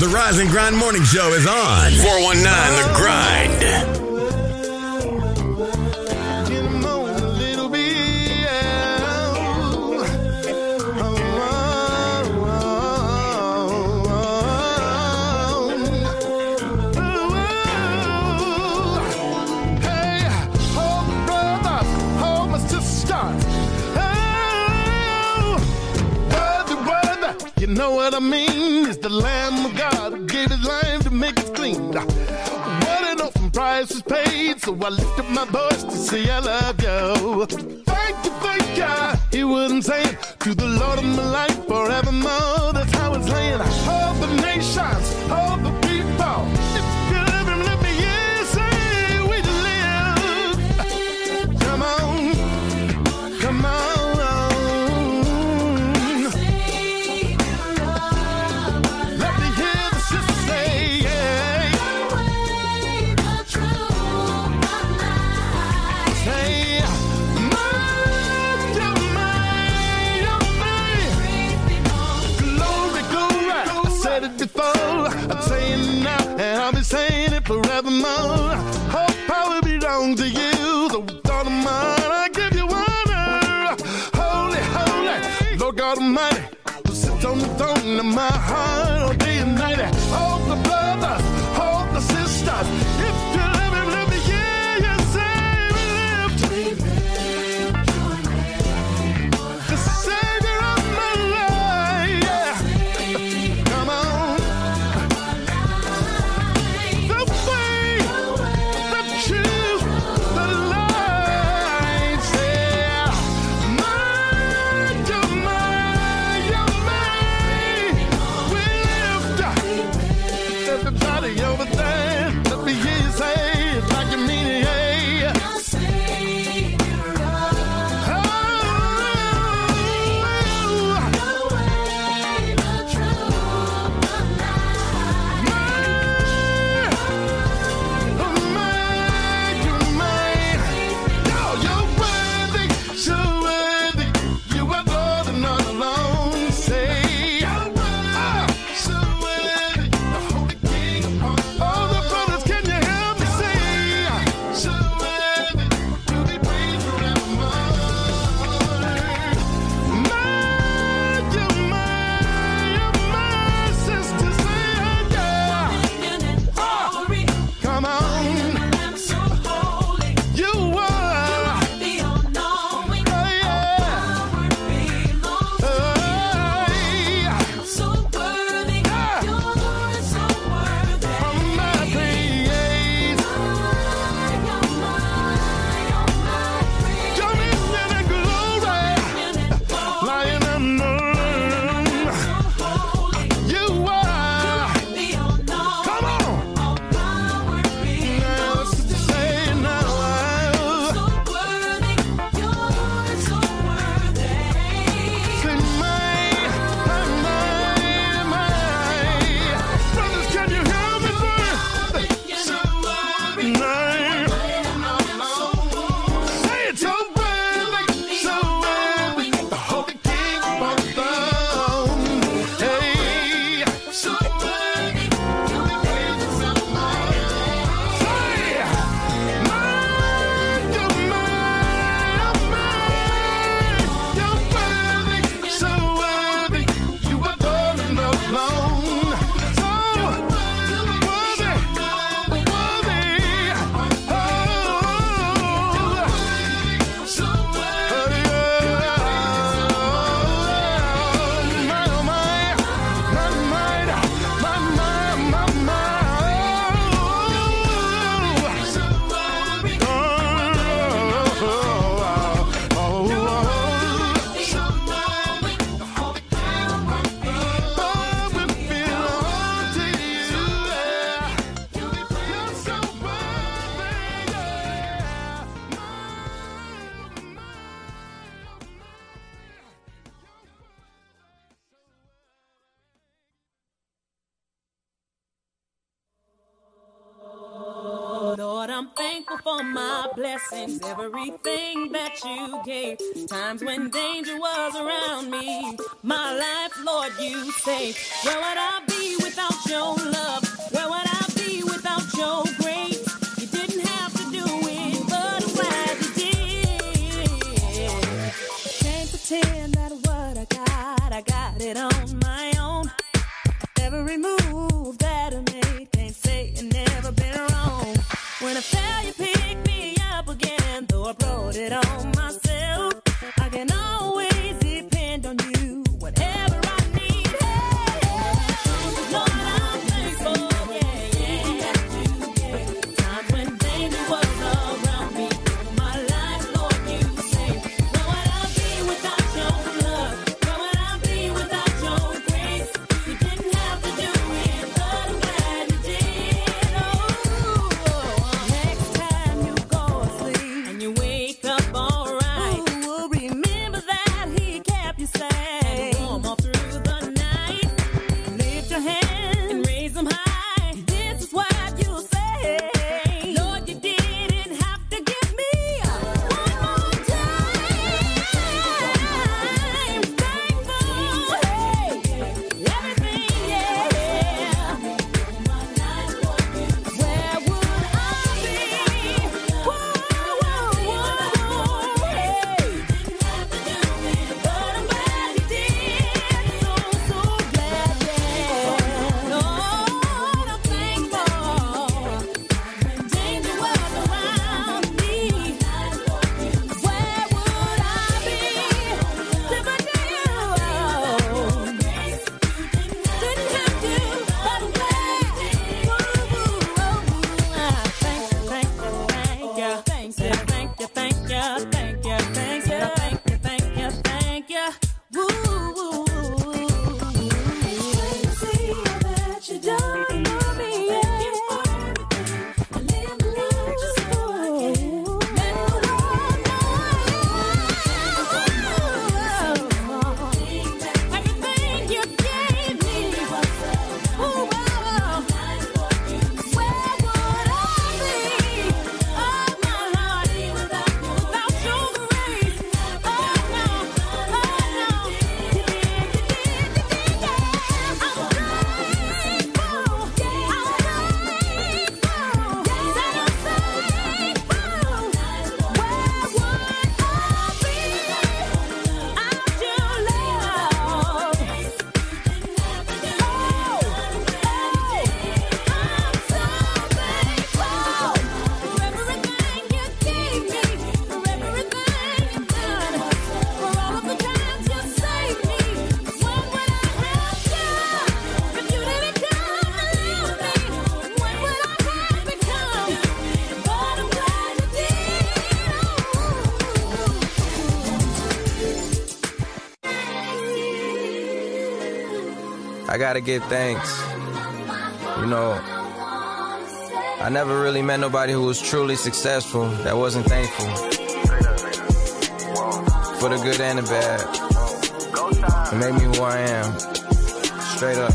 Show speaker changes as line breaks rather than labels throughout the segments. The Rise and Grind Morning Show is on. 419 The Grind.
You know what I mean? It's the Lamb of God who gave his life to make us clean. What an open price was paid, so I lifted my voice to say I love you. Thank you, thank you. He wouldn't say it to the Lord of my life forevermore. That's how it's laying. All the nations, all the people. If you love him, let me hear you say we live. Come on, come on. Let me hear the sister say, yeah, say, mind your mind, your mind. Glory, glory. I said it before, I'm saying it now, and I'll be saying it forevermore. All power belongs to you, the God of mine, I give you honor. Holy, holy, Lord God Almighty, who sits on the throne of my heart, all day and night. All the brothers, all the sisters, if you love him, let me hear you say, we live to the savior of my life. Yeah. Come on. The way, the truth, the light. Yeah. Mind your mind, your mind. We lift. Everybody over there, let me hear you say it like you mean it. Yeah. Oh. Come on. You were, oh yeah, oh yeah, from my creator, dominion and glory, lion and lamb. You were, come on, now let's say now, I say mine, mine, mine, mine. Brothers, can you hear me? say? Mine. Say it so worthy, so worthy. The Holy King of the throne. Hey, so worthy. Say, mind your mind, oh mind. You're worthy, so worthy. You are Lord and alone. So worthy, worthy. Oh.
Lord, I'm thankful for my blessings, everything that you gave. Times when danger was around me, my life, Lord, you saved. Where would I be without you? your love? Where would I be without your grace? You didn't have to do it, but I'm glad you did. Can't pretend that what I got, I got it on my own. Every move that I made, can't say it never been wrong. When I fell, you picked me up again, though I brought it on myself. I can always depend on you, whatever I need. Hey, Lord, I'm thankful. Yeah, yeah. Times when danger was around me, my life, Lord, you saved. Where would I be without your love? Where would I be without your grace? You didn't have to do it, but I'm glad you did. Oh, next time you go to sleep and you wake up alright, ooh, remember that He kept you safe, warm all through the night. Lift your hands and raise them high. This is what you say. Lord, you didn't have to give me one more time. Thankful, hey, everything, yeah. Where would I be? Whoa, whoa, whoa, hey. But I'm glad you did. So, so glad, yeah. Lord, I'm thankful. When danger was around me, where would I be? If I knew, didn't have to, but I'm glad. Thank you, thank you, thank you, thank you, thank you, thank you, thank you, thank you, thank you, thank you, thank you. Woo, woo, that you done for me, I live my life just for you. Everything you gave me was Where would I be? Oh my Lord, without Your grace. Oh no, oh no. You did, you did, you did, yeah. I'm grateful. I'm grateful. Said I'm thankful. Where would I be? Out Your love. Oh, I'm so thankful for everything you gave me, for everything you've done, for all of the times you saved me. When would I have you if you didn't come along me? When would I have become? But I'm glad you
I gotta give thanks. You know, I never really met nobody who was truly successful that wasn't thankful. For the good and the bad. It made me who I am. Straight up.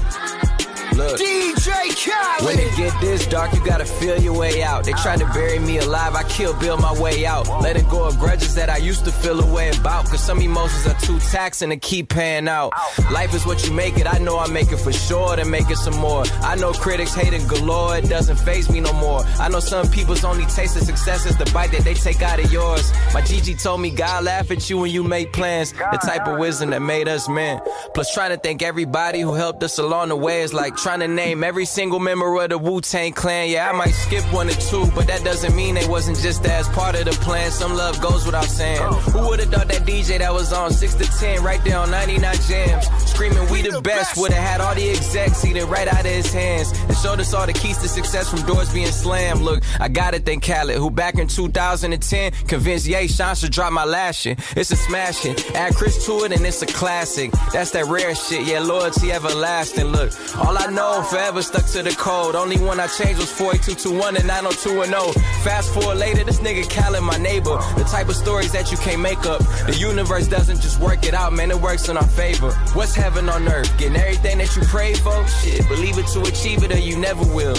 Look.
DJ Khaled.
When it get this dark, you gotta feel your way out. They tried to bury me alive, I kill Bill my way out. Letting go of grudges that I used to feel a way about. Cause some emotions are too taxing to keep paying out. Life is what you make it, I know I make it for sure to make it some more. I know critics hating galore, it doesn't phase me no more. I know some people's only taste of success is the bite that they take out of yours. My Gigi told me God laugh at you when you make plans. The type of wisdom that made us men. Plus trying to thank everybody who helped us along the way is like trying to name every single member of the Wu Tang Clan. Yeah, I might skip one or two, but that doesn't mean they wasn't just as part of the plan. Some love goes without saying. Who would've thought that DJ that was on six to ten, right there on 99 jams, screaming we the best, would've had all the execs eating right out of his hands and showed us all the keys to success from doors being slammed. Look, I gotta thank Khaled, who back in 2010 convinced Ye Sean should drop my last shit. It's a smash hit. Add Chris to it and it's a classic. That's that rare shit. Yeah, loyalty everlasting. Look, all I know, forever stuck to the code. Only one I changed was 48221 and 90210. Fast forward later, this nigga Khaled, my neighbor. The type of stories that you can't make up. The universe doesn't just work it out, man. It works in our favor. What's heaven on earth? Getting everything that you pray for? Shit, believe it to achieve it or you never will.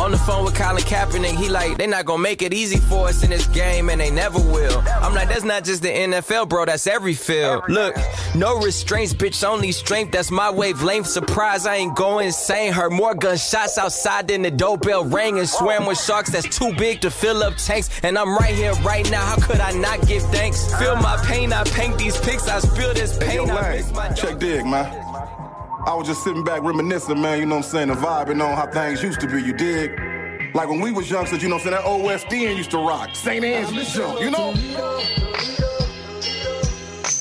On the phone with Colin Kaepernick, he like, they not gonna make it easy for us in this game and they never will. I'm like, that's not just the NFL, bro. That's every field. Look, no restraints, bitch. Only strength. That's my wavelength. Surprise, I ain't going insane. lane. Heard more gunshots outside than the doorbell rang. And swam with sharks that's too big to fill up tanks. And I'm right here, right now. How could I not give thanks? Feel my pain, I paint these pics, I spill this pain.
Hey, yo,
I
Lang, check dig, man. I was just sitting back reminiscing, man, you know what I'm saying, and vibing on how things used to be, you dig? Like when we was youngsters, you know what I'm saying, that old West End used to rock. St. Anne's jump, you know?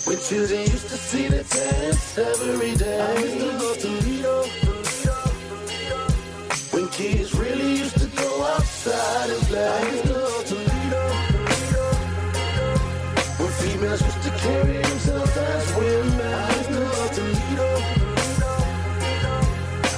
With you, they used to see the dance every day. I used to go to Lido. When kids really used to go outside and play. I used to go to Lido. When females used to carry themselves as women. I used to go to Lido.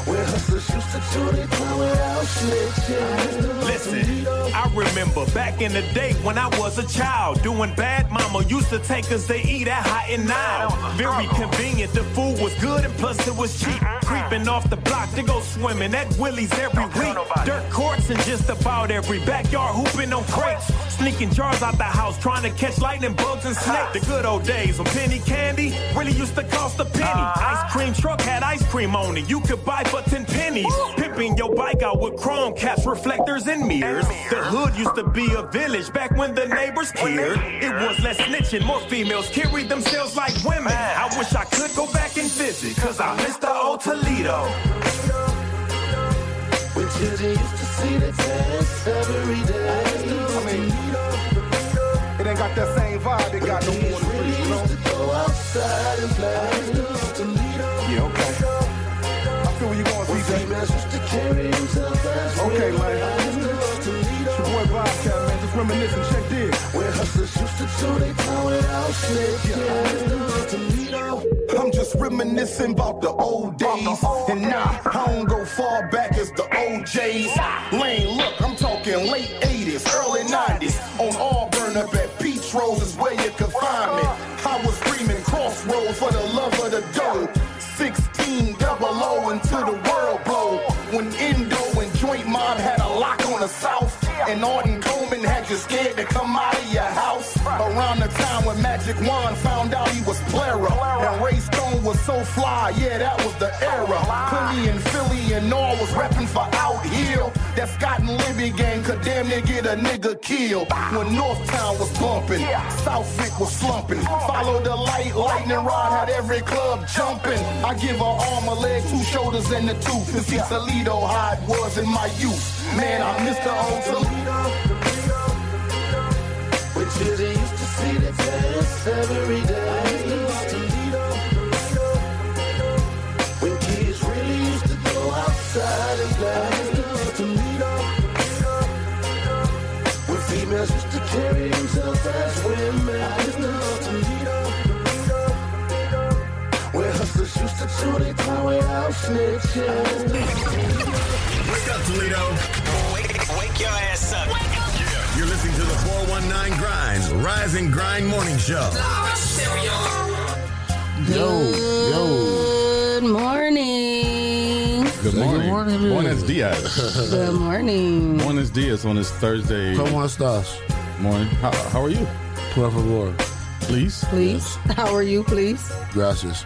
Where hustlers used to do their time without snitching. I used to go to
Listen, I remember back in the day when I was a child doing bad. Mama used to take us to eat at Hot and Now. Very convenient, the food was good and plus it was cheap. Creeping off the block to go swimming at Willie's every week. Dirt courts and just about every backyard hooping on crates. Sneaking jars out the house trying to catch lightning bugs and snakes. The good old days when penny candy really used to cost a penny. Ice cream truck had ice cream on it. You could buy for 10 pennies. Pimping your bike out with chrome caps, reflectors, and mirrors. The hood used to be a village back when the neighbors cared. It was less snitching, more females carried themselves like women. I wish I could go back and visit, cause I miss the old Toledo.
When children used to see the dance every day. I used to go to Lido.
It ain't got that same vibe, it got no more than
Really
you know?
used to go outside and play. I used to go to Lido.
Yeah, okay. I feel where you going,
When
CJ.
females used to carry themselves as
Okay,
women.
Lang.
I used to go to Lido.
It's your boy Bobcat, man, just reminiscing, check dig.
Where hustlers used to do they time without snitching. I used to go to Lido.
I'm just reminiscing about the old days. And nah, I don't go far back as the OJs. Lane, look, I'm talking late 80s, early 90s. On Auburn up at Beach Rose is where you could find me. I was screaming crossroads for the love of the dough. 16 double O until the world blow. When Indo and Joint Mob had a lock on the South. And Arden Coleman had you scared to come out of your house. Around the time when Magic Wand found out he was plera. And Ray Stone was so fly, yeah, that was the era. Philly and Philly and all was repping for out here. That Scott and Libby gang could damn near get a nigga killed. When North Town was bumping, Southwick was slumping. Follow the light, lightning rod had every club jumping. I give her arm, a leg, two shoulders, and a tooth to see Toledo how it was in my youth. Man, I miss the old Toledo.
When children used to see the dance every day. I used to go to Lido. When kids really used to go outside and play. I used to go to Lido. When females used to carry themselves as women. I used to go to Lido. Where hustlers used to do their time without snitching. I used to go to Lido.
Wake up, Toledo.
Wake, wake your ass up.
You're listening to the 419 Grinds Rise and Grind Morning Show.
Good morning.
Good morning.
morning, man.
Buenos dias.
Good morning.
Buenos dias on this Thursday
¿Cómo estás?
morning. How, how are you?
Por favor.
Please.
Please. How are you, please?
Gracias.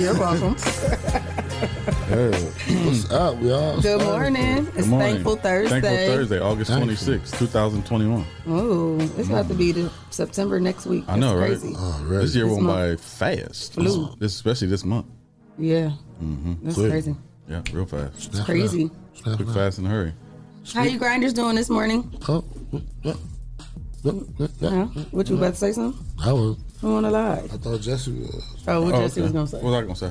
You're welcome.
Hey,
What's up, y'all?
Good morning. It's
good morning.
Thankful Thursday.
Thankful Thursday, August
Thankful.
26, 2021.
Oh, it's about to be the September next week.
I know,
That's
right?
crazy.
Already.
This year
This
went by
month.
fast.
Flew.
This, especially this month. Mm-hmm.
Yeah. That's
Clear.
crazy.
Yeah, real fast.
Snap it
Crazy.
up. Snap
Quick,
it up.
fast, and hurry.
How you grinders doing this morning?
Oh, yeah, yeah, yeah, yeah.
Huh? What you about to say something?
I was.
I want to lie.
I thought Jesse was.
Oh, what Jesse
okay.
was gonna say.
What was I going to say?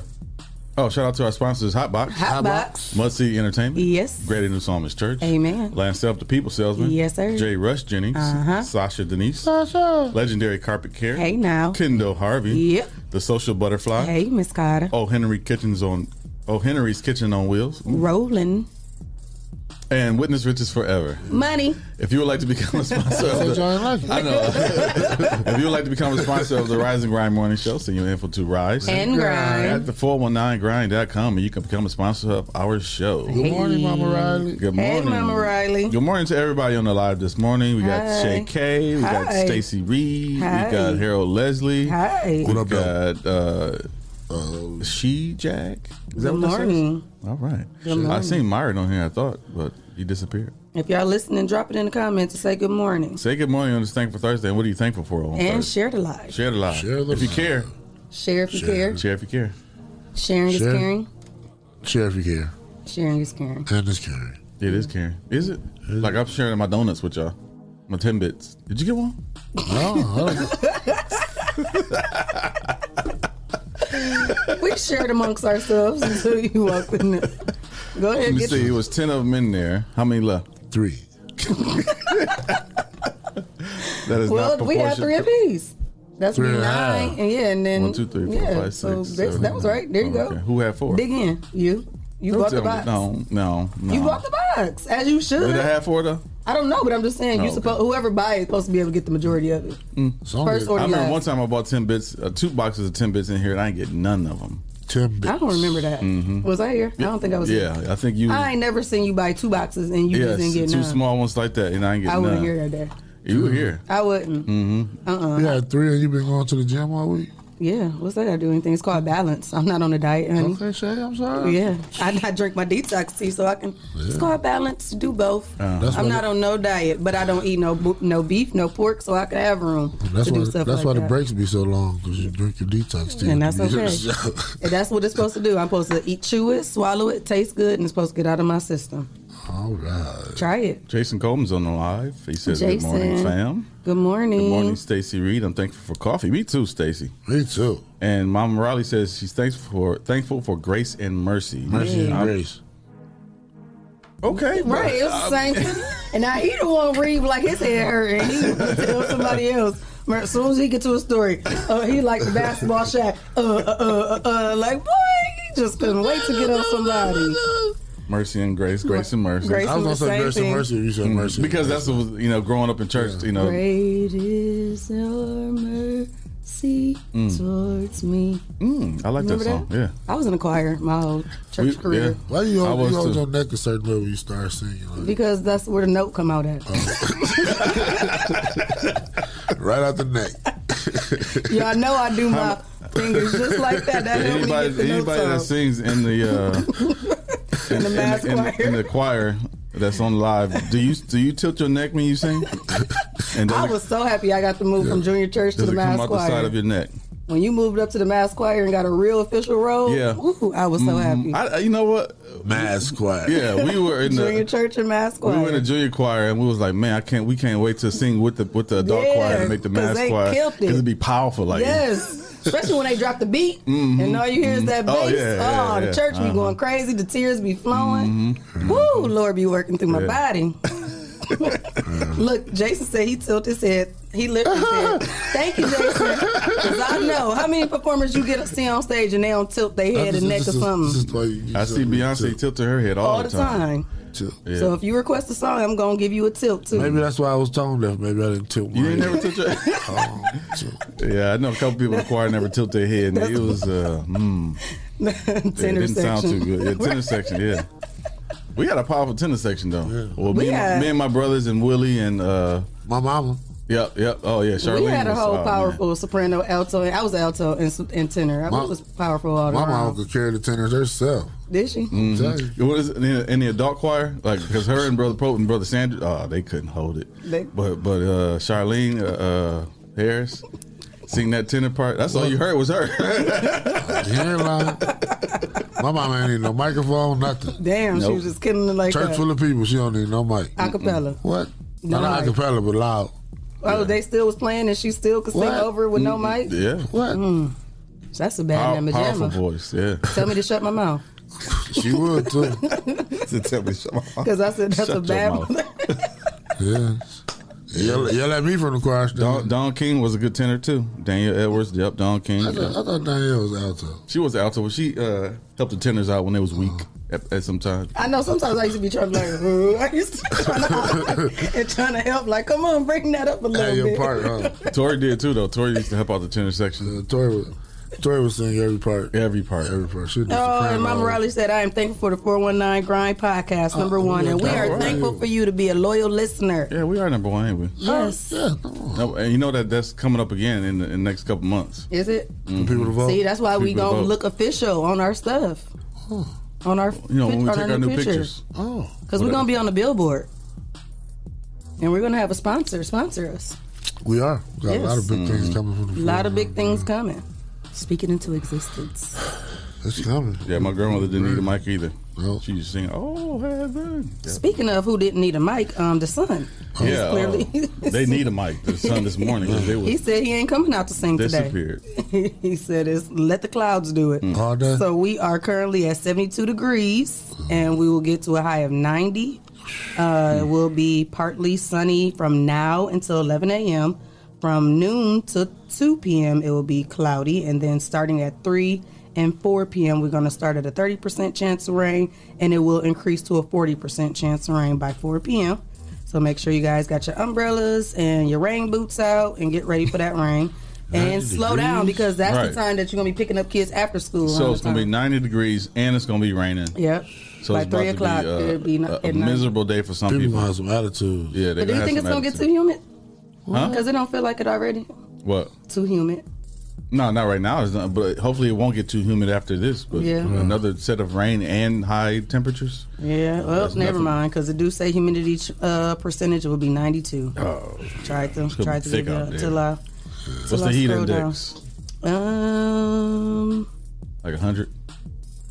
Oh, shout out to our sponsors, Hotbox,
Hot box.
Mudseed Entertainment,
Yes.
Greater New Psalmist Church,
Amen.
Lance Self, the People Salesman,
Yes, sir.
Jay Rush Jennings,
Uh-huh.
Sasha Denise, Legendary Carpet Care,
Hey now.
Kendall Harvey.
Yep.
The Social Butterfly.
Hey, Miss Carter.
Oh Henry Kitchens on Oh Henry's Kitchen on Wheels.
Rolling
And Witness Riches Forever.
money.
If you would like to become a sponsor of
Said
the,
y'all ain't like it.
I know. if you would like to become a sponsor of the Rise and Grind Morning Show, send your info to Rise
And grind.
at the 419grind.com and you can become a sponsor of our show.
Good morning, Mama Riley.
Good
Hey,
morning.
Mama Riley.
Good morning to everybody on the live this morning. We got
Hi.
Shay K, we got
Hi.
Stacy Reed,
Hi.
we got Harold Leslie,
Hi.
we
What up,
got uh,
Um,
Uh, she Jack. Is that
Good
what that says?
morning.
All right.
Good morning.
I seen Myron on here. I thought, but he disappeared.
If y'all listening, drop it in the comments and say good morning.
Say good morning on this thankful Thursday. And what are you thankful for on
And
Thursday?
share the live.
Share the live.
Share the
if you care.
Share if you care.
Share if you care.
Sharing is
Share.
caring.
Share if you care.
Sharing is caring.
That is Karen. It is Karen. Is it? like I'm sharing my donuts with y'all. My ten bits. Did you get one? No.
we shared amongst ourselves until you walked in. there. Go
Let
ahead.
me
Get
see. It was ten of them in there. How many left? Three. that is
well,
not
we had three
proportion-
apiece. That's
Three and a
nine.
half.
And yeah, and then
One, two, three, four,
yeah,
five,
so
six,
that's-
seven,
that was
eight.
right. There you
Oh,
go.
okay. Who had four?
Dig in. You. You
Don't
bought the
tell me-
box.
No, no, no.
You bought the box as you should.
Did I have four though?
I don't know, but I'm just saying
Oh,
you
okay.
supposed whoever buys is supposed to be able to get the majority of it. only- First order
Mm. I remember
last.
one time I bought ten bits, uh, two boxes of ten bits in here, and I ain't get none of them. Ten
I don't remember that.
Mhm.
Was I here? I don't think I was.
Yeah, I think you.
Here. I ain't never seen you buy two boxes and you
yes,
just didn't get
two
none.
small ones like that, and I ain't get
I
none.
wouldn't hear that there.
You were here.
I wouldn't.
Mm-hmm.
Uh-uh.
You had three and you been going to the gym all week?
Yeah, what's that got to do with anything? It's called balance. I'm not on a diet, honey.
Okay, Shay, I'm sorry.
Yeah, I, I drink my detox tea so I can. It's
Yeah.
called balance. Do both.
Uh-huh. That's
I'm
why
not
the-
on no diet, but I don't eat no bo- no beef, no pork, so I can have room
That's
to
why.
do stuff
That's
like
why
that.
the breaks be so long because you drink your detox tea.
And that's okay. And that's what it's supposed to do. I'm supposed to eat, chew it, swallow it, taste good, and it's supposed to get out of my system.
All right.
Try it.
Jason Coleman's on the live. He says, "Good morning,
Jason.
fam.
Good morning.
Good morning, Stacy Reed. I'm thankful for coffee. Me too, Stacy. Me too." And Mom Riley says she's thankful for thankful for grace and mercy.
Mercy and
grace. Okay,
Right, it was
um,
the same thing. And now he the one read like his head hurt, and he would tell somebody else. Mer- As soon as he get to a story, uh, he like the basketball shack. Uh, uh, uh, uh, like boy, he just couldn't wait to get on somebody.
Mercy and grace, grace and mercy.
Grace I was and gonna say same grace and thing. mercy
if you said
Mm,
mercy.
because that's what was, you know growing up in church. You know,
Great is your mercy
Mm.
towards me.
I like that
Remember
song. Yeah.
I was in the choir my whole church career
Why you
I
hold,
was
you hold
too.
your neck a certain way when you start singing? Like,
because that's where the note come out at.
Oh. right out the neck.
Y'all know I do my fingers just like that. That helped me
anybody
get the notes
anybody that
out.
sings in the uh, in,
the mass
in,
choir.
in the choir that's on live, do you do you tilt your neck when you sing? And
I
does it-
was so happy I got to move from junior church to
does
the
it come
mass
out the
choir.
side of your neck?
when you moved up to the mass choir and got a real official role,
Yeah.
Oh,
Mm-hmm.
ooh, I was so happy.
I, you know what? Mass choir. Yeah, we were in
junior
the
church and mass
we
choir.
were in the junior choir, and we was like, man, I can't. We can't wait to sing with the with the adult
Yeah,
choir to make the
'cause
mass
they
choir
killed it.
it'd be powerful. Like
yes, especially when they drop the beat
Mhm,
and all you hear
mhm.
is that bass.
Oh,
Oh,
yeah, yeah,
the
yeah.
church be
Uh-huh. Mm-hmm.
going crazy. The tears be flowing. Woo, Lord be working through my
Yeah.
body. Look, Jason said he tilted his head. He literally said, "Thank you, Jason." 'Cause I know how many performers you get to see on stage and they don't tilt their head and neck or something.
I see Beyonce tilting her head all,
All the time.
Yeah.
So if you request a song, I'm gonna give you a tilt too.
Maybe that's why I was tone deaf. Maybe I didn't tilt. You
ain't never tilt your Oh. yeah, I know a couple people in the choir never tilt their head. And it was, uh, mm, yeah, it
tenor
didn't sound too
section.
good. Yeah, tenor section, yeah. We had a powerful tenor section though. Well,
We
me, and my,
had-
me and my brothers and Willie and uh, my mama. Yep, yep. Oh yeah, Charlene.
we had a
was-
whole
oh, man.
powerful soprano, alto. And I was alto and, s- and tenor. I
My-
was powerful all the
My mom
time.
could carry the tenors herself.
Did she?
Mhm.
telling
It was in the, in the adult choir, like because her and brother Pope and brother Sandra, oh, they couldn't hold it.
They-
but but uh, Charlene uh, uh, Harris sing that tenor part. That's all you heard was her.
You ain't lying. My mom ain't need no microphone, nothing.
Damn, she
Nope.
was just kidding like
Church
that.
full of people. She don't need no mic.
Acapella.
Mm-mm. What?
No
Not
mic.
acapella, but loud.
Oh, they still was playing and she still could sing
What?
over it with no mic. Mm.
Yeah.
What?
That's a bad
Pow-
mamma
powerful
jamma.
voice, yeah.
Tell me to shut my mouth
she would too. to tell me, shut my mouth.
because I said that's
Shut
a
your
bad.
mouth.
one.
Yeah. Yell, yell at me from the choir. Don, Don King was a good tenor too. Daniel Edwards, yep, Don King.
I thought, I thought Danielle was alto.
She was alto, but she uh, helped the tenors out when they was weak
Uh-huh.
at, at some time.
I know sometimes I used to be trying to like, "Ooh," I used to trying to, and trying to help, like, come on, bring that up a little bit.
Tori did too, though. Tori used to help out the tenor section.
Tori was. Tori was singing every part.
Every part.
Every part. She was
Oh, and Mama Riley said, I am thankful for the 419 Grind Podcast, number one.
Uh, oh, yeah,
and we
that's
are
right.
thankful for you to be a loyal listener.
Yeah, we are number one, ain't we?
Yes.
No, and you know that that's coming up again in the, in the next couple months.
Is it?
People to
See, that's why we
People to
going to
vote.
look official on our stuff. On our,
You know, when we
on
take our new pictures.
Oh.
Because we're going to be on the billboard. And we're going to have a sponsor sponsor us.
We are. We got a lot of big
Yes.
things coming from
A
the
lot of big things coming. Speak it into existence.
It's coming.
Yeah, my grandmother didn't need a mic either. She just singing, oh, heaven.
Speaking of who didn't need a mic, um, the son.
yeah.
Clearly.
uh, they need a mic. The sun this morning. 'cause They
he
was
said he ain't coming out to sing today.
disappeared.
he said it's let the clouds do it.
Mm. All day?
So we are currently at 72 degrees and we will get to a high of 90. Uh, it will be partly sunny from now until 11 a.m. From noon to 2 p.m. it will be cloudy and then starting at 3 and 4 p.m. we're going to start at a 30% chance of rain and it will increase to a 40% chance of rain by 4 p.m. So make sure you guys got your umbrellas and your rain boots out and get ready for that rain. And
90
slow down
degrees?
because that's
Right.
the time that you're gonna be picking up kids after school.
So it's gonna be 90 degrees and it's gonna be raining.
Yep.
So
By
it's about
three
to be,
o'clock,
uh,
it'll be n-
a, a
at night.
miserable day for some people. People have
some attitudes.
Yeah, they
But do you think it's gonna get too humid?
Huh?
Because it don't feel like it already.
what?
Too humid.
No, not right now. It's not, but hopefully it won't get too humid after this. But
Yeah. Yeah.
another set of rain and high temperatures.
Yeah. Well,
That's
never
nothing.
mind. Because it do say humidity uh, percentage will be 92.
Oh.
Try to
It's gonna
try
be
to
thick
give
out
up
there.
till I. till
What's
I
the heat
scroll
index?
down. Um.
Like a hundred.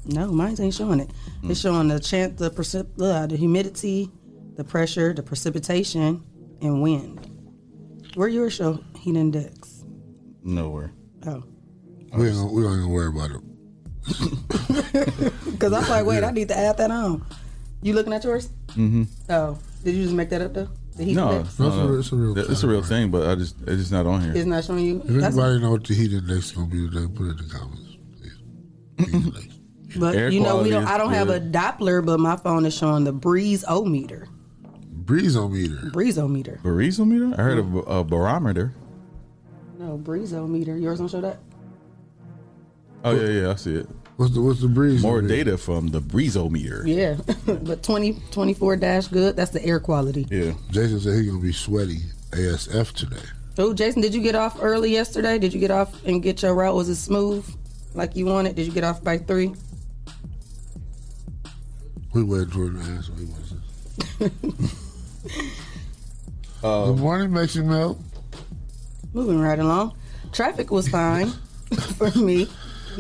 No, mine ain't showing it.
Mm.
It's showing the chance, the precip- uh, the humidity, the pressure, the precipitation, and wind. Where yours show heat index?
Mm-hmm. Nowhere.
Oh,
We ain't gonna, we ain't gonna worry about it.
because I'm like, wait, I need to add that on. You looking at yours?
Mm-hmm.
Oh, did you just make that up though? The heat
No,
index
no,
That's a real- it's
no.
a real
Th- it's a real thing, but I just it's just not on here.
is not showing you.
If
That's,
anybody know what the heat index is gonna be today, put it in the comments.
but
air
you know,
quality
we don't.
is
I don't have a
good.
Doppler, but my phone is showing the breeze o meter.
Breezometer.
Breezometer.
Barometer? I heard a, b- a barometer.
No, breeze o meter. Yours don't show that.
Oh yeah, yeah, I see it.
What's the what's the breeze?
More data from the breezometer.
Yeah, but 20, 24 dash good. That's the air quality.
Yeah.
Jason said he's gonna be sweaty ASF today.
Oh, Jason, did you get off early yesterday? Did you get off and get your route? Was it smooth, like you wanted? Did you get off by three?
We waiting for him to answer. He wasn't.
Um,
Good morning, Mexican Milk.
Moving right along. Traffic was fine for me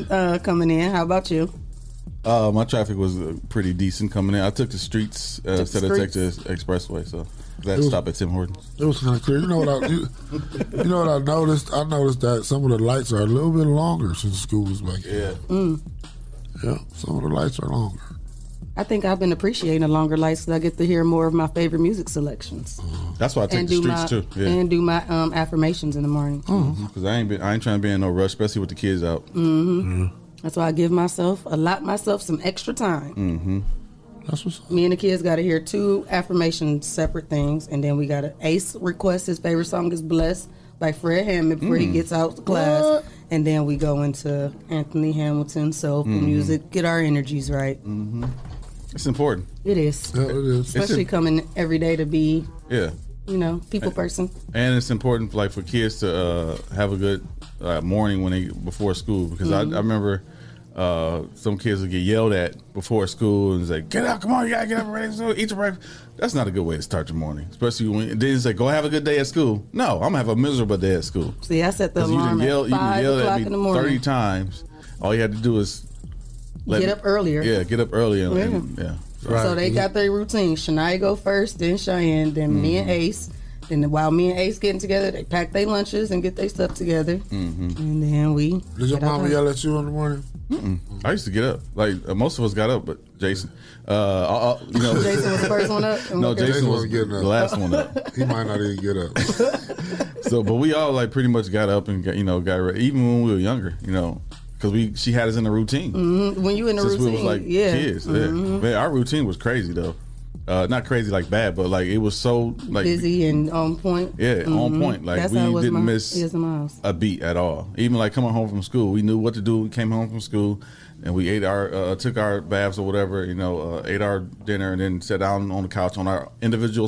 uh, coming in. How about you?
Uh, my traffic was uh, pretty decent coming in. I took the streets uh,
the
instead of
streets.
Texas Expressway, so that
It was-
stop at Tim Hortons.
It was kind of clear. You know what I? You, you know what I noticed? I noticed that some of the lights are a little bit longer since school was back. Yeah.
Mm.
Yeah. Some of the lights are longer.
I think I've been appreciating the longer lights because I get to hear more of my favorite music selections
That's why Oh, I take the streets
my
too. Yeah, Oh.
and do my um, affirmations in the morning.
because I ain't been, I ain't trying to be in no rush, especially with the kids out.
hmm
Mm-hmm.
That's why I give myself allot myself some extra time.
Mm-hmm.
That's what's up.
Me and the kids got to hear two affirmation separate things, and then we got to Ace request his favorite song is "Blessed" by Fred Hammond before he
Mm.
gets out to class,
What?
and then we go into Anthony Hamilton soulful
Mhm.
music, get our energies right.
Mm-hmm. It's important.
It is,
Yeah, it is.
especially
It's a-
coming every day to be,
Yeah.
you know, people person.
and it's important like for kids to uh, have a good uh, morning when they before school because
Mhm.
I, I remember uh, some kids would get yelled at before school and it's like get up come on you gotta get up ready to eat your breakfast that's not a good way to start your morning especially when then it's like go have a good day at school no I'm gonna have a miserable day at school
See, I set the
'Cause
alarm
done yelled-
at five
done yelled
o'clock in the
thirty
morning.
times all you had to do is
Get up earlier.
yeah get up earlier and-
Yeah.
and- yeah
So they got their routine. Shania go first, then Cheyenne, then me
Mm-hmm.
and Ace. Then while me and Ace getting together, they pack their lunches and get their stuff together.
Mm-hmm.
And then we.
Did your
get out
mama
there.
yell at you in the morning?
Mm-mm. I used to get up. Like uh, most of us got up, but Jason, uh, uh, uh, you know,
Jason was the first one up?
No,
Okay.
Jason,
Jason
was
wasn't getting
the
up.
last one up.
he might not even get up.
so, but we all like pretty much got up and got, you know got ready, even when we were younger, you know, because we she had us in a routine.
Mhm. When you in the
Since
routine,
we was like
yeah.
kids, yeah.
Mhm.
man, our routine was crazy though. Uh, not crazy like bad, but like it was so like
busy and on point.
Yeah, on
Mhm.
point. Like
That's
we
how it was
didn't
my,
miss
Yes, my house.
a beat at all. Even like coming home from school, we knew what to do. We came home from school, and we ate our uh, took our baths or whatever. You know, uh, ate our dinner, and then sat down on the couch on our individual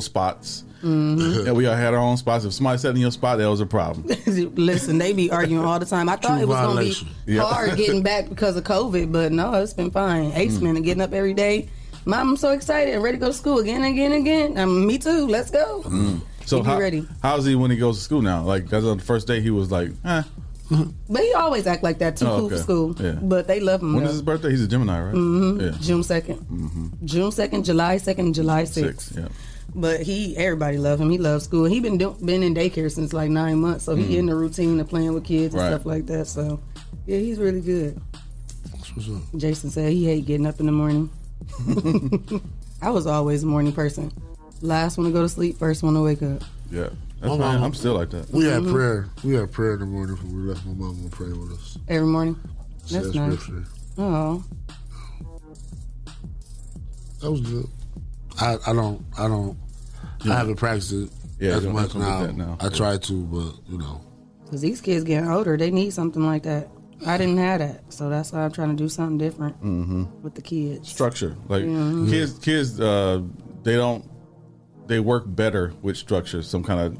spots.
Mhm.
And we all had our own spots. If somebody sat in your spot, that was a problem.
Listen, they be arguing all the time. I thought
True
it was going to
violation.
be
Yeah.
hard getting back because of COVID, but no, it's been fine. Ace
Mm.
been getting up every day. Mom, I'm so excited. I'm ready to go to school again, again, again. Um, me too. Let's go.
Mm. So
He be
how,
ready.
how's he when he goes to school now? Like that's on the first day he was like, eh.
But he always act like that. Too
Oh,
cool
okay.
for school.
Yeah.
But they love him.
when
though.
is his birthday? He's a Gemini, right?
Mhm.
Yeah. Mm-hmm.
June 2nd. June 2nd, July 2nd, July 6th.
Six. Yeah.
But he, everybody love him. He loves school. He been do, been in daycare since like nine months, so he
Mm.
in the routine of playing with kids and
Right.
stuff like that. So, yeah, he's really good. Jason said he hate getting up in the morning. I was always a morning person. Last one to go to sleep, first one to wake up.
My
Yeah. That's fine.
mama-
I'm still like that.
We had
Mhm.
prayer. We had prayer in the morning before we left. My mom would pray with us.
Every morning.
Said
That's nice.
scripture.
Oh,
That was good. I, I don't I don't
Yeah.
I haven't practiced it
Yeah,
as
don't-
much
don't do
now.
that now.
I
Yeah.
try to, but you know.
because these kids getting older, they need something like that. I didn't have that, so that's why I'm trying to do something different
Mm-hmm.
with the kids.
Structure. Like
Mhm.
kids, kids, uh, they don't. They work better with structure. Some kind of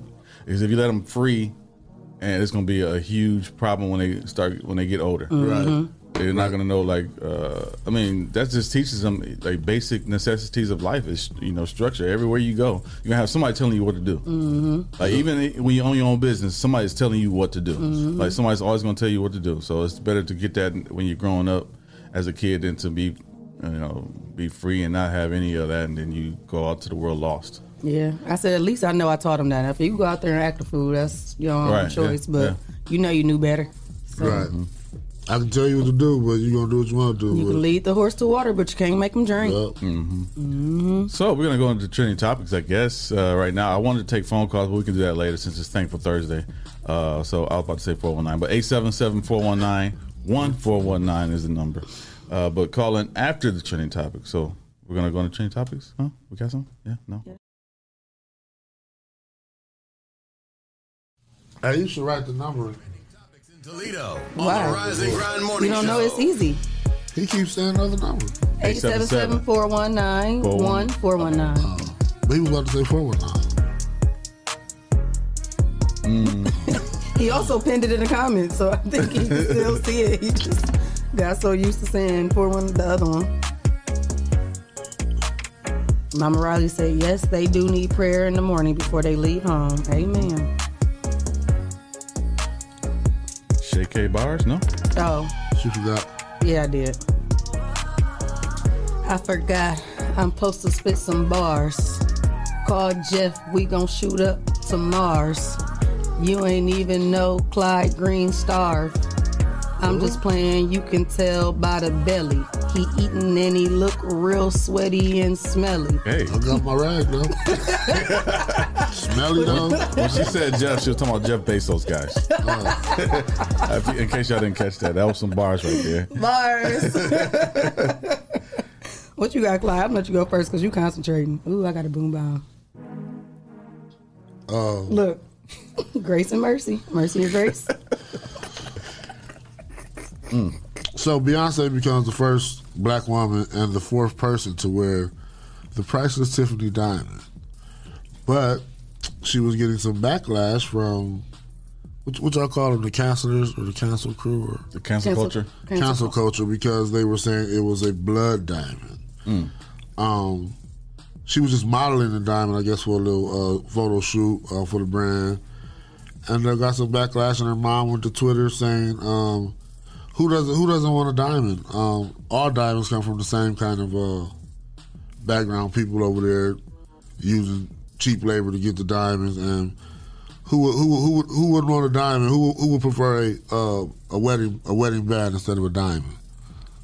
because if you let them free, and it's gonna be a huge problem when they start when they get older.
Mhm.
They're not gonna know like. Uh, I mean, that just teaches them like basic necessities of life. Is you know structure everywhere you go. You're gonna have somebody telling you what to do.
Mm-hmm.
Like even when you own your own business, somebody's telling you what to do.
Mhm.
Like somebody's always going to tell you what to do. So it's better to get that when you're growing up as a kid than to be, you know, be free and not have any of that, and then you go out to the world lost.
Yeah, I said at least I know I taught him that. If you go out there and act a fool, that's your own
Right, yeah,
choice. but
yeah.
you know you knew better. So
Right.
Mm-hmm.
I can tell you what to do, but you're gonna do what you wanna do
You
with
can lead the horse to water, but you can't make him drink.
Mm-hmm.
hmm
So we're gonna go into trending topics, I guess. Uh, right now, I wanted to take phone calls, but we can do that later since it's Thankful Thursday. Uh, so I was about to say 419, but 877-419-1419 is the number. Uh, but call in after the trending topic. So we're gonna go into trending topics, huh? We got some? Yeah, no.
it. Hey, you should write the number.
Toledo.
Why?
Rise and Grind
you
Morning
don't know
Show.
it's easy.
He keeps saying another number.
877-419-1419.
But he was about to say four one nine.
Mm.
He also pinned it in the comments, so I think he can still see it. He just got so used to saying four one the other one. Mama Riley said, yes, they do need prayer in the morning before they leave home. Amen.
Shay K Bars, no?
Oh,
She forgot.
Yeah, I did. I forgot. I'm supposed to spit some bars. Call Jeff, we gon' shoot up to Mars. You ain't even know Clyde Green starved. I'm just playing, you can tell by the belly. He eating and he look real sweaty and smelly.
Hey.
I got my rag though. Smelly though.
when she said Jeff, she was talking about Jeff Bezos, guys.
Oh.
If you- in case y'all didn't catch that, that was some bars right there.
Bars. what you got, Clyde? I'm gonna let you go first because you concentrating. Ooh, I got a boom bomb.
Oh.
Look, grace and mercy. Mercy and grace.
So Beyonce becomes the first black woman and the fourth person to wear the priceless Tiffany diamond. But she was getting some backlash from what, what y'all call them, the cancelers or the cancel crew or
the cancel Cancel- culture?
Cancel,
cancel
culture because they were saying it was a blood diamond.
Mm.
Um, she was just modeling the diamond, I guess, for a little uh, photo shoot uh, for the brand. And they got some backlash, and her mom went to Twitter saying, um, "Who doesn't Who doesn't want a diamond? Um, all diamonds come from the same kind of uh, background. People over there using cheap labor to get the diamonds, and who would- who would- who would, who wouldn't want a diamond? Who who would prefer a uh, a wedding a wedding band instead of a diamond?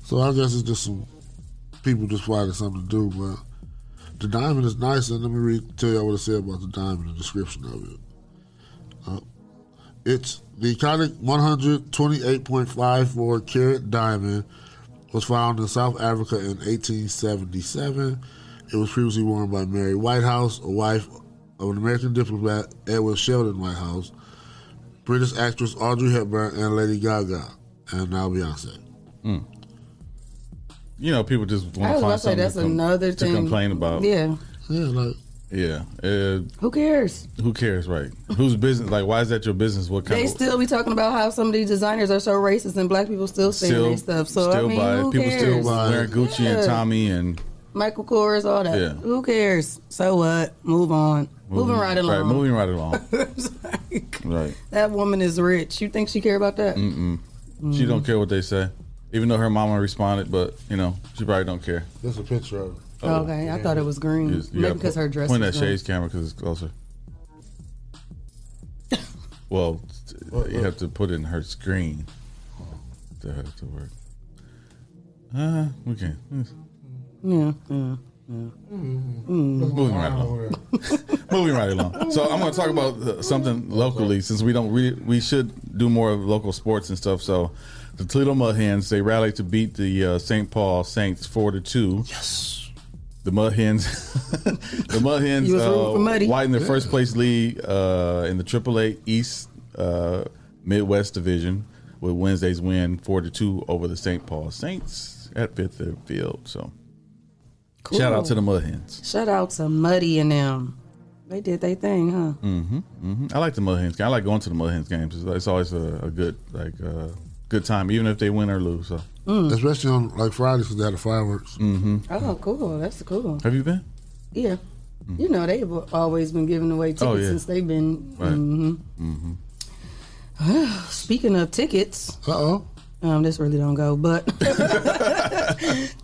So I guess it's just some people just wanted something to do, but the diamond is nice. And let me read tell y'all what it said about the diamond, the description of it. Uh, it's the iconic 128.54 carat diamond was found in South Africa in 1877 It was previously worn by Mary Whitehouse, a wife of an American diplomat, Edwin Sheldon Whitehouse, British actress Audrey Hepburn, and Lady Gaga, and now Beyonce.
Mm. You know, people just
I was
want to
about
find
to say
something
that's
to, com-
another
to
thing.
complain about.
Yeah. Yeah, like
yeah. Uh,
who cares?
Who cares, right? Whose business? Like, why is that your business? What kind
They
of
still be talking about how some of these designers are so racist and black people still saying
Still-
their stuff. So
still
I mean,
buy it.
who
people
cares?
still wearing Gucci and
Yeah.
Tommy and
Michael Kors, all that.
Yeah.
Who cares? So what? Move on. Moving, right along.
Right, moving right along. right.
That woman is rich. You think she care about that?
Mm-mm.
Mm.
She don't care what they say, even though her mama responded. But you know, she probably don't care.
There's a picture of it.
Oh, Okay, I thought it was green.
You just- you
Maybe
gotta
because
po-
her dress
Point
is
that
green.
shades camera because it's closer. well, t- you have to put it in her screen. That has to work. Uh, we can.
Yeah, yeah, yeah.
Moving right along. Moving right along. So I'm going to talk about uh, something locally since we don't re- we should do more of local sports and stuff. So the Toledo Mud Hens they rallied to beat the uh, St. Paul Saints four to two. Yes. The Mud Hens, the Mud Hens,
You was rooting for Muddy.
widened their
Yeah.
first place lead uh, in the AAA East uh, Midwest Division with Wednesday's win four to two over the St. Paul Saints at Fifth Third Field. So Mm. shout
Cool.
out to the Mud Hens.
Shout out to Muddy and them. They did their thing, huh?
Mm-hmm, hmm I like the Mud Hens. game. I like going to the Mud Hens games. It's, it's always a, a good like uh, good time, even if they win or lose. So
mm.
Especially on like Fridays because they had the fireworks.
Mm-hmm.
Oh, cool. That's cool.
Have you been?
Yeah. You know, they've always been giving away tickets
Mm. Oh, yeah.
since they've been.
Right.
mhm.
Mm-hmm.
Speaking of tickets. Uh oh. Um, this really don't go, but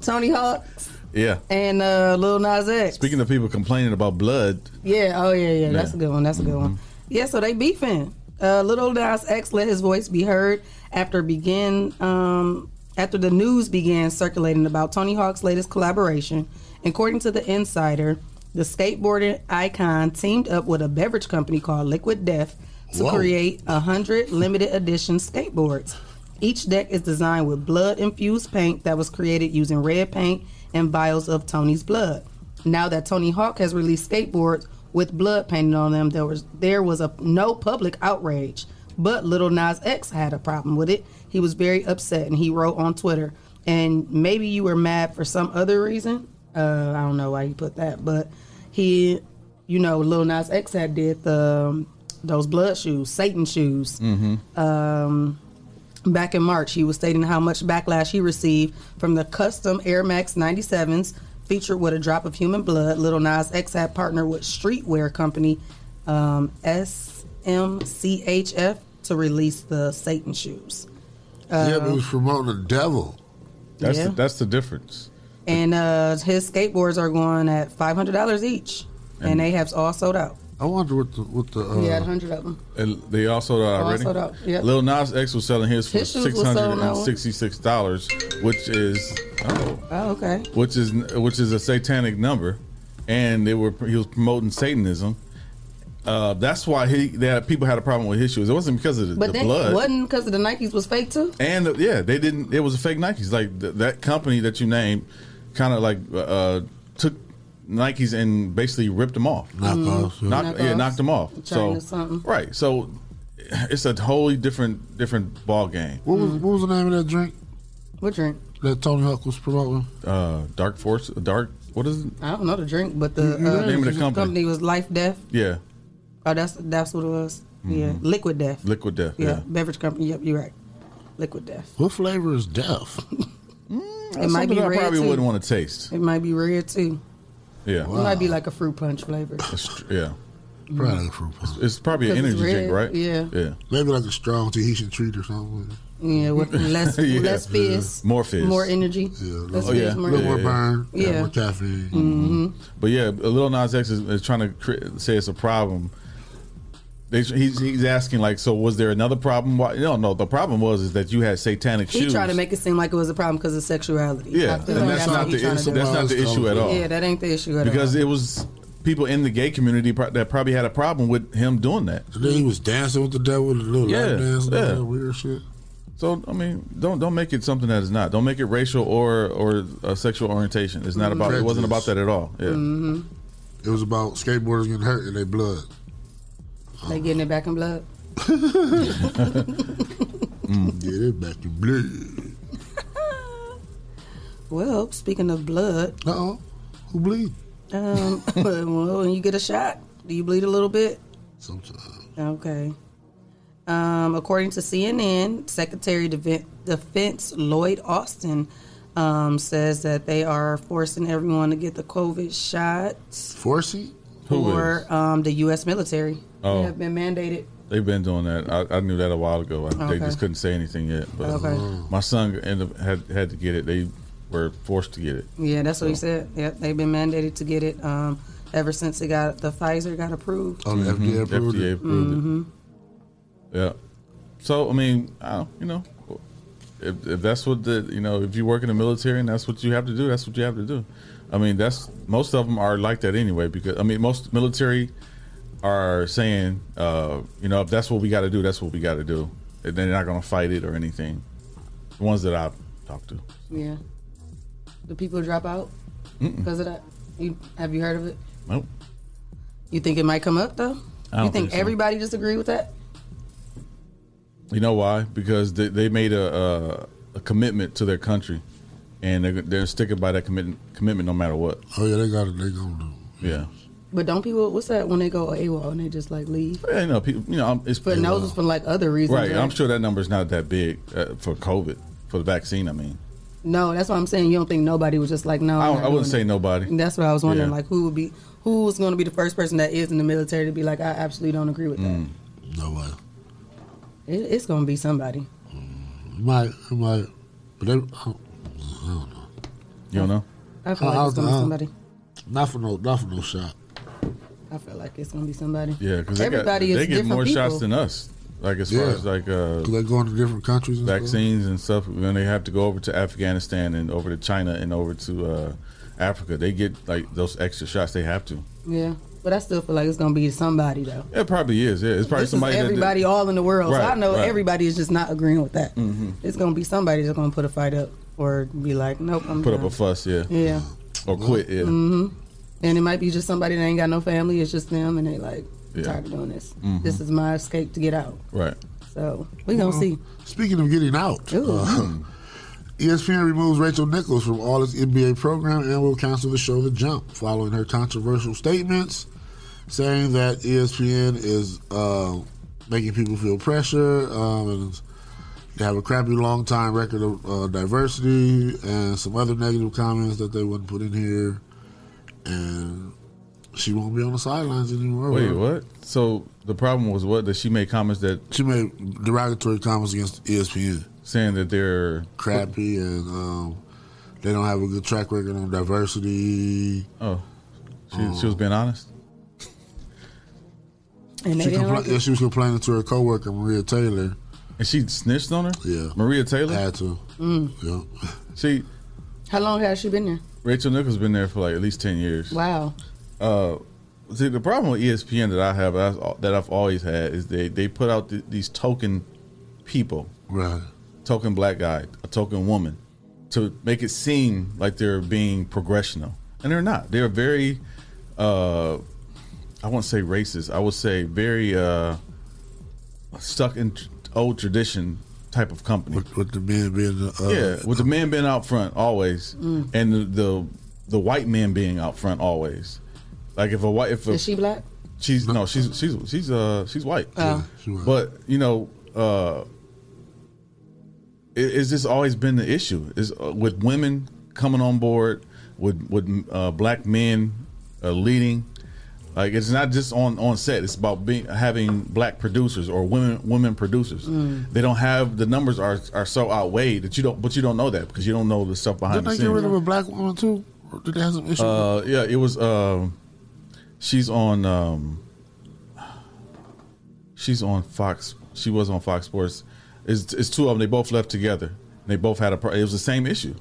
Tony Hawk
Yeah.
and uh, Lil Nas X.
Speaking of people complaining about blood,
Yeah. Oh yeah. Yeah.
Yeah.
That's a good one. That's a good one. Yeah. So they beefing. Uh, Little Nas X let his voice be heard after begin um, after the news began circulating about Tony Hawk's latest collaboration. According to the Insider, the skateboarding icon teamed up with a beverage company called Liquid Death to
Whoa.
create a hundred limited edition skateboards. Each deck is designed with blood infused paint that was created using red paint and vials of Tony's blood. Now that Tony Hawk has released skateboards with blood painted on them, there was there was a no public outrage. But Little Nas X had a problem with it. He was very upset and he wrote on Twitter, and maybe you were mad for some other reason. Uh, I don't know why he put that, but he, you know, Lil Nas X had did the um, those blood shoes, Satan shoes
Mm-hmm.
um, back in March. He was stating how much backlash he received from the custom Air Max 97s featured with a drop of human blood. Little Nas X had partnered with streetwear company um, SMCHF to release the Satan shoes.
yeah, but
Um,
it was promoting the devil.
that's
Yeah.
the, that's the difference.
and uh, his skateboards are going at $500 each, and,
And-
they have all sold out.
I wonder what the what the uh,
he had 100 of them.
And they also uh,
All
already.
sold out, yep.
Lil Nas X was selling his for
His shoes was
six
sold
hundred
out.
and sixty-six dollars, which is oh,
Oh, okay.
which is which is a satanic number, and they were he was promoting Satanism. Uh, that's why he that people had a problem with his shoes. It wasn't because of the,
But
the
then
blood.
it wasn't because the Nikes was fake too.
And uh, yeah, they didn't. It was a fake Nikes. Like th- that company that you named, kind of like uh, took Nikes and basically ripped them off.
Knockoffs, yeah.
Knock- yeah,
Knockoffs.
knocked them off.
China
so right, so it's a wholly different different ball game.
What was, what was the name of that drink
Mm. What drink?
that Tony Hawk was promoting?
Uh, dark force, dark. What is it?
I don't know the drink, but the,
You- you
uh,
name of the company.
was Life Death.
Yeah,
Oh, that's that's what it was. Yeah,
Mhm.
Liquid Death.
liquid death.
Yeah.
Yeah,
beverage company. Yep, you're right. Liquid Death.
What flavor is death?
it might be
Mm, Something I
red
probably
too.
wouldn't want to taste.
It might be red too.
Yeah,
It might be like a fruit punch flavor.
It's- yeah.
Probably a fruit
It's, it's probably an
'Cause it's
energy drink,
red,
right?
yeah.
yeah.
Maybe like a strong Tahitian treat or something.
Yeah, with less
Yeah.
less fizz,
More fizz.
more energy.
Yeah,
less
oh,
fizz,
yeah.
more
Yeah,
energy.
yeah, yeah.
Yeah.
caffeine.
hmm
But yeah, Lil Nas X is, is trying to cre- say it's a problem. They, he's, he's asking like, so was there another problem? Why, no, no. The problem was is that you had satanic
He
shoes.
tried to make it seem like it was a problem because of sexuality.
Yeah,
I feel
and
like
that's
what
not
he
the
trying to
issue-
do.
that's not the issue at all.
Yeah, that ain't the issue at
because
all.
it was people in the gay community pro- that probably had a problem with him doing that.
And then he was dancing with the devil, the little
Yeah,
lap dance, and all
yeah.
that weird shit.
So I mean, don't don't make it something that is not. Don't make it racial or or uh, sexual orientation. It's
Mm.
not about. It wasn't about that at all. Yeah.
Mm-hmm. It was about skateboarders getting hurt in their blood.
They getting it back in blood.
Mm, Get it back in blood.
Well, speaking of blood,
uh oh, who bleed?
Um, well, when you get a shot, do you bleed a little bit?
Sometimes.
Okay. Um, according to CNN, Secretary of Defe- Defense Lloyd Austin um, says that they are forcing everyone to get the COVID shots
Forcey?
Who
for um, the U.S. military.
Oh.
They have been mandated.
They've been doing that. I, I knew that a while ago. I,
Okay.
They just couldn't say anything yet. But
Okay.
my son ended up, had had to get it. They were forced to get it.
Yeah, that's what he
So-
said. Yep, they've been mandated to get it um, ever since it got the Pfizer got approved. Mm-hmm.
Oh, the FDA
Mhm.
approved
FDA
it.
approved it. Yeah. So I mean, I don't, you know, if, if that's what the you know, if you work in the military and that's what you have to do, that's what you have to do. I mean, that's most of them are like that anyway. Because I mean, most military are saying, uh, you know, if that's what we got to do, that's what we got to do. And they're not going to fight it or anything. The ones that I've talked to.
Yeah. Do people drop out
Mm-mm.
because of that? You have you heard of it?
Nope.
You think it might come up though?
I don't
you think,
think so.
everybody disagree with that?
You know why? Because they, they made a, a a commitment to their country, and they're, they're sticking by that commitment commitment no matter what.
Oh yeah, they got it. They gonna
do. Yeah,
But don't people? What's that when they go AWOL and they just like leave?
yeah. You know, people. You know, I'm- it's
But those is for like other reasons.
right. I'm sure that number's not that big uh, for COVID for the vaccine. I mean,
No, that's what I'm saying. You don't think nobody was just like no?
I,
I'm
don't-
not
I wouldn't
doing
say nobody.
it. That's what I was wondering.
Yeah.
Like who would be who's going to be the first person that is in the military to be like I absolutely don't agree with that.
Mm, no way.
It, it's going to be somebody.
It might, it might, but they, I don't, I don't know.
You don't know?
I
Oh,
feel like it's gonna be somebody.
Not for no, not for no shot.
I feel like it's going to be somebody.
Yeah, because they, got,
everybody is
they get
different
more
people.
shots than us. Like as far
Yeah.
as like uh,
they go into different countries. And stuff?
vaccines and stuff. When they have to go over to Afghanistan and over to China and over to uh, Africa, they get like those extra shots. They have to.
Yeah, but I still feel like it's going to be somebody though.
It probably is. Yeah, it's probably
This is
somebody. that-
everybody all in the world. so
Right,
I know
right.
everybody is just not agreeing with that.
Mhm.
It's gonna be somebody that's gonna put a fight up or be like, nope, I'm
put up
done.
a fuss. Yeah.
Yeah.
Or quit. Yeah.
hmm And it might be just somebody that ain't got no family. It's just them, and they like
Yeah.
tired of doing this.
Mhm.
This is my escape to get out.
Right.
So we gonna
Well,
see.
Speaking of getting out,
Ooh.
uh, ESPN removes Rachel Nichols from all its NBA program and will cancel the show The Jump following her controversial statements saying that E ESPN is uh, making people feel pressure um, and they have a crappy long time record of uh, diversity and some other negative comments that they wouldn't put in here. And she won't be on the sidelines anymore.
Wait, what? So the problem was what? That she made comments that
she made derogatory comments against E ESPN,
saying that they're
crappy and um, they don't have a good track record on diversity. Um,
Oh, she, she was being honest.
And they
she,
didn't
compla-
like it.
yeah, she was complaining to her coworker Maria Taylor.
And she snitched on her.
Yeah,
Maria Taylor
had to.
Mm.
Yeah.
See,
How long has she been there?
Rachel Nichols been there for like at least ten years.
Wow.
Uh, see, the problem with E ESPN that I have that I've- that I've always had is they they put out th- these token people,
right?
Token black guy, a token woman, to make it seem like they're being progressional, and they're not. They're very, uh, I won't say racist. I would say very uh, stuck in tr- old tradition type of company.
With, with the men being the uh,
yeah, with the man being out front always,
Mm.
and the, the the white man being out front always. Like if a white if a,
Is she black?
she's no she's she's she's uh she's white,
Oh.
but you know uh, it, it's just always been the issue is uh, with women coming on board with with uh, black men uh, leading. Like it's not just on on set. It's about being having black producers or women women producers.
Mm.
They don't have the numbers are are so outweighed that you don't but you don't know that because you don't know the stuff behind
Didn't
the
they
scenes.
get rid of a black woman too? Or Did they have some issue?
Uh, yeah, it was. um she's on. Um, she's on Fox. She was on Fox Sports. It's, it's two of them. They both left together. They both had a. pro- It was the same issue,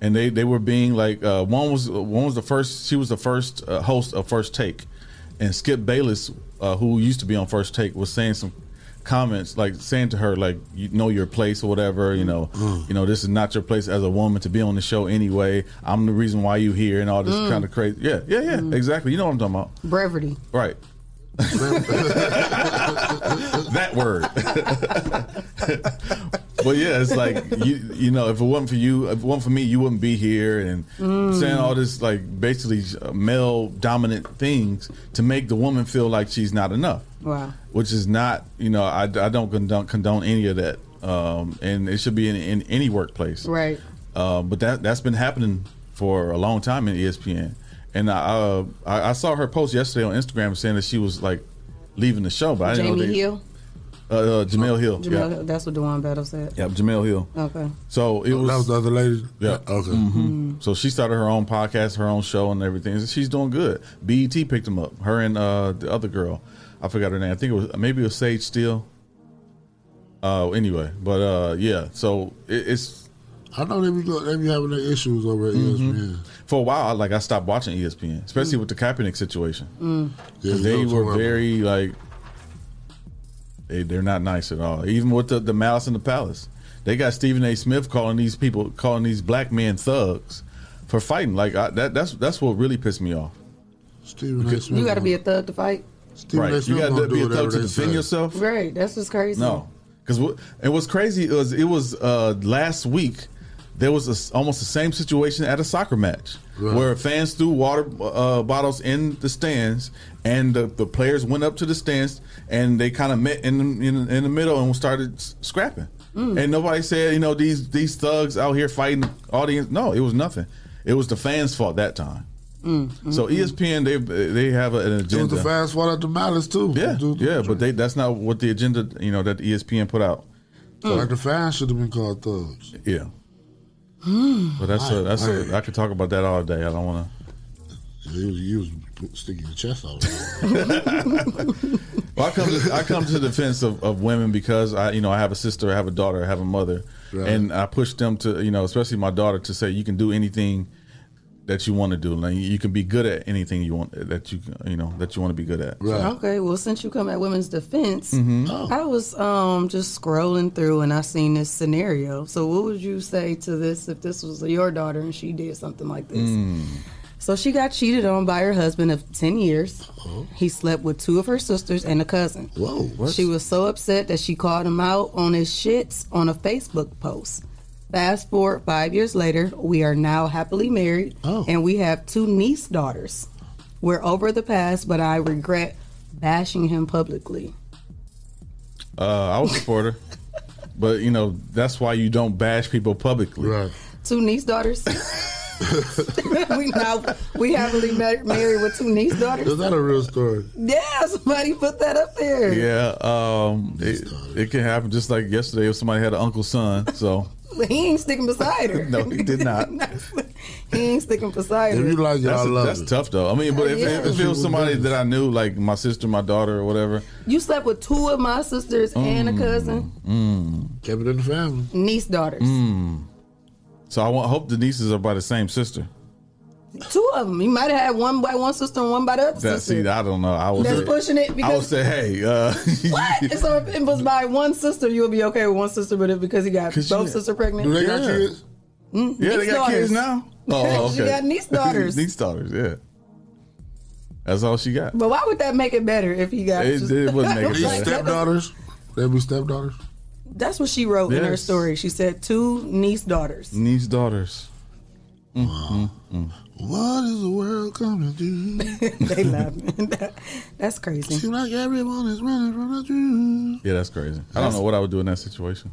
and they they were being like uh, one was one was the first. She was the first uh, host of First Take, and Skip Bayless, uh, who used to be on First Take, was saying some comments like saying to her like you know your place or whatever you know you know this is not your place as a woman to be on the show anyway i'm the reason why you here and all this
Mm.
kind of crazy yeah yeah yeah exactly you know what i'm talking about
Brevity.
right that word but yeah it's like you you know if it wasn't for you if it wasn't for me you wouldn't be here and
Mm.
saying all this like basically uh, male dominant things to make the woman feel like she's not enough
Wow.
which is not you know I, I don't condone, condone any of that um, and it should be in, in any workplace
Right.
uh, but that that's been happening for a long time in E ESPN and I, uh, I I saw her post yesterday on Instagram saying that she was like leaving the show but I didn't
Jamie
know they,
Hill.
uh, uh, Jamel Hill
Jamel,
yeah
Hill, That's what Dewan Battle said.
yeah Jamel Hill
Okay.
so it was that was
the other lady.
Yeah. Okay. So she started her own podcast, her own show, and everything. And She's doing good. BET picked them up. Her and uh, the other girl, I forgot her name. I think it was maybe it was Sage Steele. Uh, anyway, but uh, yeah. So it, it's
I know they be, go- they be having their issues over at E ESPN.
Mm-hmm. for a while. I- Like I stopped watching E ESPN, especially with the Kaepernick situation.
Mm. Yeah,
'Cause they
you know
were
what I'm
very like they they're not nice at all. Even with the, the malice in the palace, they got Stephen A. Smith calling these people calling these black men thugs for fighting. Like I, that that's that's what really pissed me off.
Stephen
A.
You got to be a thug to fight.
right.
A.
you
Smith
got
gonna
to
do
be a
whatever
thug to
they
defend
say.
yourself.
Right. That's just crazy.
No, because and what's crazy is it was uh, last week there was a s almost the same situation at a soccer match
Right.
where fans threw water uh, bottles in the stands and the, the players went up to the stands and they kind of met in the, in, in the middle and started s- scrapping
Mm.
and nobody said you know these these thugs out here fighting the audience no it was nothing it was the fans fault that time Mm, so E ESPN they they have an agenda
Mm-hmm. It was the fast one at the malice too.
yeah, yeah, but they that's not what the agenda you know that E ESPN put out. So,
Like the fans should have been called thugs.
yeah, but that's a, that's a, I could talk about that all day. I don't want
You was, you was sticking your chest out.
to. Well, I come to, I come to the defense of, of women because I you know I have a sister, I have a daughter, I have a mother,
Right.
and I push them to you know especially my daughter to say you can do anything that you want to do, like you can be good at anything you want that you you know that you want to be good at.
Okay, well, since you come at women's defense,
Mhm.
I was um, just scrolling through and I seen this scenario. So, what would you say to this if this was your daughter and she did something like
Mm.
this?
Mm-hmm.
So, she got cheated on by her husband of 10 years. He slept with two of her sisters and a cousin.
Whoa. What?
She was so upset that she called him out on his shits on a Facebook post. Fast forward five years later, we are now happily married
Oh.
and we have two niece daughters. We're over the past, but I regret bashing him publicly.
Uh, I was a supporter, but you know that's why you don't bash people publicly.
Right.
Two niece daughters. we now we happily mar- married with two niece daughters.
Is that a real story?
Yeah, somebody put that up there.
Yeah, um, it, it can happen. Just like yesterday, if somebody had an uncle's son, so
He ain't sticking beside her.
no, he did not.
He ain't sticking beside her.
that's, that's tough though. I mean, but if,
Yeah.
if it was somebody that I knew, like my sister, my daughter, or whatever,
You slept with two of my sisters and a cousin,
mm.
kept it in the family.
niece daughters.
Mm. So I want, hope the nieces are by the same sister.
Two of them. You might have had one by one sister and one by the other
That
sister.
see, I don't know. I was
That's pushing it
I
because-
would say, hey, uh,
What? so if it was by one sister, you would be okay with one sister, but if because he got both sisters pregnant,
Do they got Yeah. kids?
Mm,
Yeah, they
niece
got kids
daughters.
now. Oh, okay.
she got niece daughters.
niece daughters. Yeah, that's all she got.
But why would that make it better if he got?
It- it wouldn't make it
These
better.
stepdaughters. They be stepdaughters.
That's what she wrote in her
Yes.
story. She said two niece daughters.
Niece daughters. Mm, mm, mm.
What is the world coming to?
they love me. That's crazy.
Seems like everyone is running from the truth.
Yeah, that's crazy. I don't know what I would do in that situation.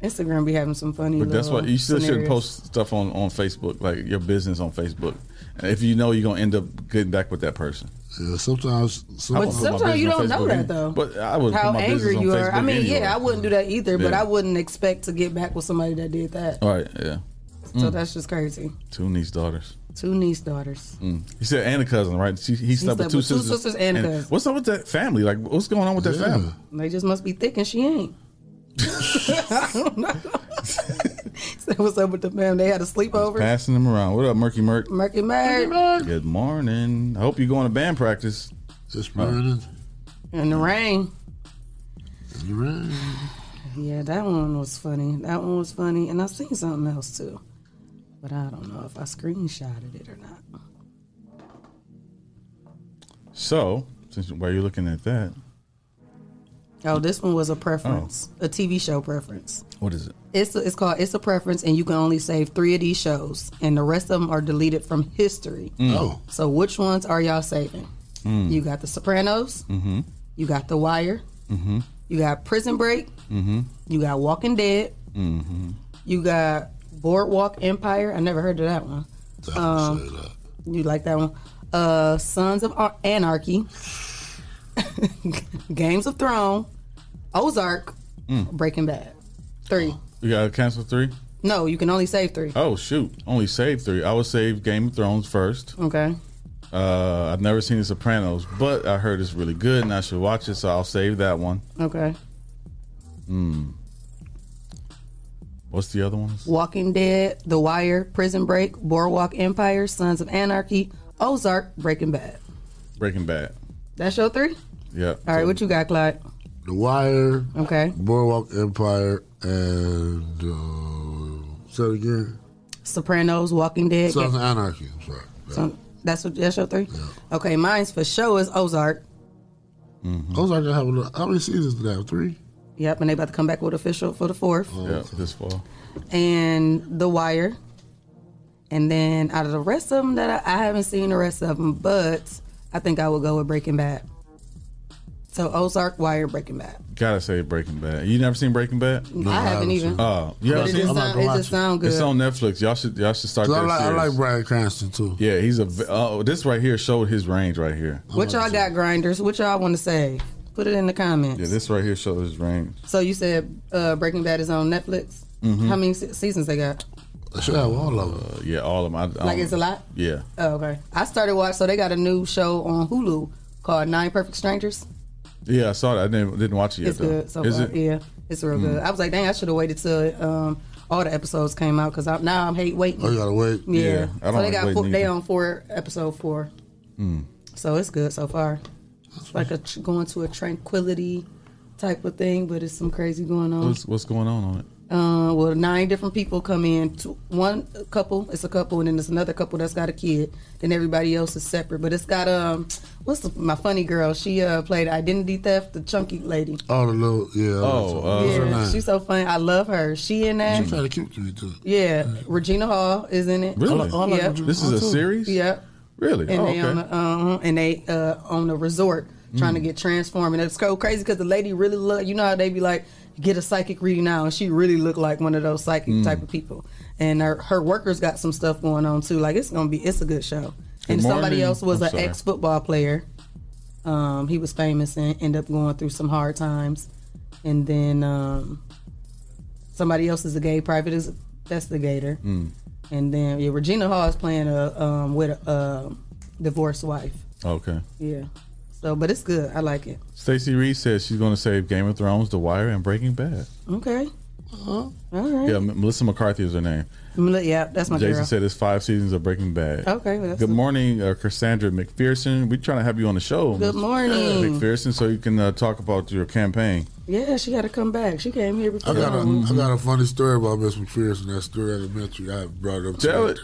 Instagram be having some funny.
But that's why
little
you still shouldn't
scenarios.
post stuff on, on Facebook, like your business on Facebook. And if you know you're gonna end up getting back with that person.
Yeah, sometimes.
I
But
wouldn't put my
sometimes you
business
don't know
on Facebook
that
any-
though.
But I would
How
put my
angry
business on
you are.
Facebook
I mean,
anyway.
yeah, I wouldn't do that either. But
Yeah.
I wouldn't expect to get back with somebody that did that.
All right, yeah.
So
Mm.
that's just crazy.
two niece daughters.
Two niece daughters.
Mm. You said and a cousin, right? She, he slept
slept
with two
with two
sisters.
sisters and a cousin.
What's up with that family? Like, what's going on with that family?
They just must be thick, and she ain't. I don't know. so what's up with the fam? They had a sleepover.
Passing them around. What up, Murky Murk?
Murky Murk.
Good morning. I hope you're going to band practice.
This
In the rain. Yeah, that one was funny. That one was funny, and I seen something else too, but I don't know if I screenshotted it or not.
So, since while you're looking at that,
Oh, this one was a preference, a TV show preference.
Oh. what is it?
It's it's called it's a preference, and you can only save three of these shows, and the rest of them are deleted from history.
Mm. Oh.
so which ones are y'all saving?
Mm.
You got The Sopranos,
Mm-hmm.
you got The Wire,
Mm-hmm.
you got Prison Break,
Mm-hmm.
you got Walking Dead,
Mm-hmm.
you got Boardwalk Empire. I never heard of that one. Um, You like that one? Uh, Sons of Ar- Anarchy, Games of Thrones, Ozark,
Mm.
Breaking Bad. Three.
You got to cancel three?
No, you can only save three.
Oh, shoot. Only save three. I would save Game of Thrones first.
Okay.
Uh, I've never seen The Sopranos, but I heard it's really good and I should watch it, so I'll save that one.
Okay.
Hmm. What's the other ones?
Walking Dead, The Wire, Prison Break, Boardwalk Empire, Sons of Anarchy, Ozark, Breaking Bad.
Breaking Bad.
That's your three?
Yeah.
All right, what you got, Clyde?
The Wire.
Okay.
Boardwalk Empire and uh, say it again.
Sopranos, Walking Dead.
Sons of
Ga-
Anarchy. I'm sorry.
So that's what that's your three? Okay, mine's for show is Ozark.
Mm-hmm.
Those are gonna have a little, how many seasons did they have? Three. Oh,
Yep, and they about to come back with official for the fourth.
Yeah, this fall.
And The Wire. And then out of the rest of them that I, I haven't seen the rest of them, but I think I would go with Breaking Bad. So Ozark, Wire, Breaking Bad.
Gotta say Breaking Bad. You never seen Breaking Bad?
No, I I haven't haven't even. seen it.
Oh, you
But
haven't
it
seen
just I'm not sound- gonna it watch just it. sound
It's
good.
on Netflix. Y'all should y'all should start.
So I
that
like- I
series.
like Bryan Cranston too.
Yeah, he's a. v- Oh, this right here showed his range right here.
What y'all got, grinders? What y'all want to say? Put it in the comments.
Yeah, this right here showed his range.
So you said uh, Breaking Bad is on Netflix.
Mm-hmm.
Mhm.
How many se- seasons they got?
should have all of
them. Uh, yeah, all of them. I, I
Like
don't-
it's a lot.
Yeah.
Oh, okay. I started watching. So they got a new show on Hulu called Nine Perfect Strangers.
Yeah, I saw that. I didn't, didn't watch it yet
it's
though.
good so
Is
far.
it?
Yeah, it's real good.
Mm.
I was like, dang, I should have waited till um, all the episodes came out because now I'm hate waiting.
Oh, you gotta wait?
Yeah.
Yeah, I don't
so they
like
got
waiting
four, they
either.
on four episode four.
Mm.
So it's good so far. It's like a tr- going to a tranquility type of thing, but it's some crazy going on.
What's what's going on on it?
Uh, well, nine different people come in. Two, one couple, it's a couple, and then there's another couple that's got a kid. Then everybody else is separate. But it's got um, what's the, my funny girl? She uh played Identity Theft, the chunky lady.
All the little yeah.
Oh, uh,
what's her
yeah,
name?
she's so funny. I love her. She in that.
She tried to cute to me too.
Yeah, Regina Hall is in it.
Really? Oh, I like Regina This is Hall, a too. series?
Yep.
Really?
And
Oh,
they on
okay. Mm.
a, um, and they uh, on a resort trying to get transformed, and it's so crazy because the lady really look. You know how they be like, get a psychic reading now, and she really looked like one of those psychic
Mm.
type of people. And her her workers got some stuff going on too. Like it's gonna be it's a good show.
Good
and somebody
morning.
else was
I'm
an
sorry.
ex football player. Um, he was famous and ended up going through some hard times, and then um, somebody else is a gay private investigator.
Mm.
And then yeah, Regina Hall is playing a um, with a um, divorced wife.
Okay.
Yeah. So, but it's good. I like it.
Stacey Reed says she's going to save Game of Thrones, The Wire, and Breaking Bad.
Okay.
Uh-huh.
All right.
Yeah, M- Melissa McCarthy is her name.
Yeah. yeah that's my
Jason
girl.
said it's five seasons of Breaking Bad.
Okay, well, that's
Good
a-
morning, uh, Cassandra McPherson. We're trying to have you on the show.
Good
Miss
morning.
McPherson, so you can uh, talk about your campaign.
yeah, she got to come back. She came here
I
before.
got a I
Mm-hmm.
got a funny story about Miss McPherson. That story I met you. I brought it up.
Tell
to
it.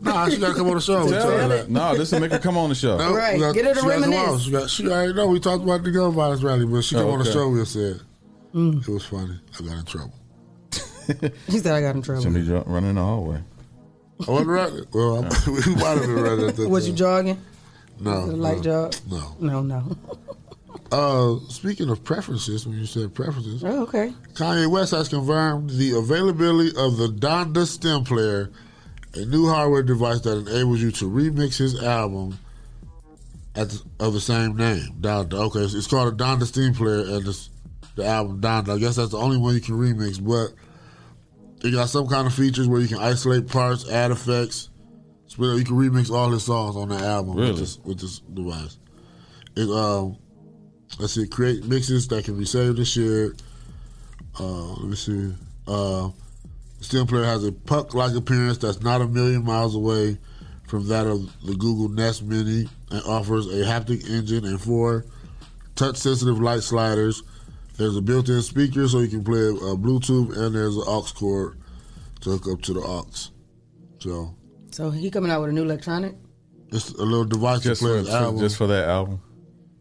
Nah, she gotta come on the show.
Tell her that. No, this will make her come on the show.
No, we got- she
Get her to
got some
reminisce.
hours. She, got, she already know we talked about the gun violence rally, but she
Oh,
come on the
okay.
show. We said
Mm.
it was funny. I got in trouble.
he said I got in trouble.
Somebody ju- running in the hallway.
I wasn't running. Well, I, we might have been running at that
Was
time.
you jogging?
No,
Was it a light
no,
jog?
no.
No, no.
Uh, speaking of preferences, when you said preferences,
Oh, okay.
Kanye West has confirmed the availability of the Donda Stem Player, a new hardware device that enables you to remix his album at the, of the same name, Donda. Okay, it's, it's called a Donda Stem Player, and it's the album Donda. I guess that's the only one you can remix, but it got some kind of features where you can isolate parts, add effects. Split up. You can remix all his songs on the album with
Really?
this with this device. It um, let's see, create mixes that can be saved and shared. Uh, let me see. Uh, Stem Player has a puck-like appearance that's not a million miles away from that of the Google Nest Mini, and offers a haptic engine and four touch-sensitive light sliders There's a built-in speaker so you can play uh, Bluetooth, and there's an aux cord to hook up to the aux. So
So he coming out with a new electronic.
it's a little device
Just
to play
for-
his
for-
album.
just for that album.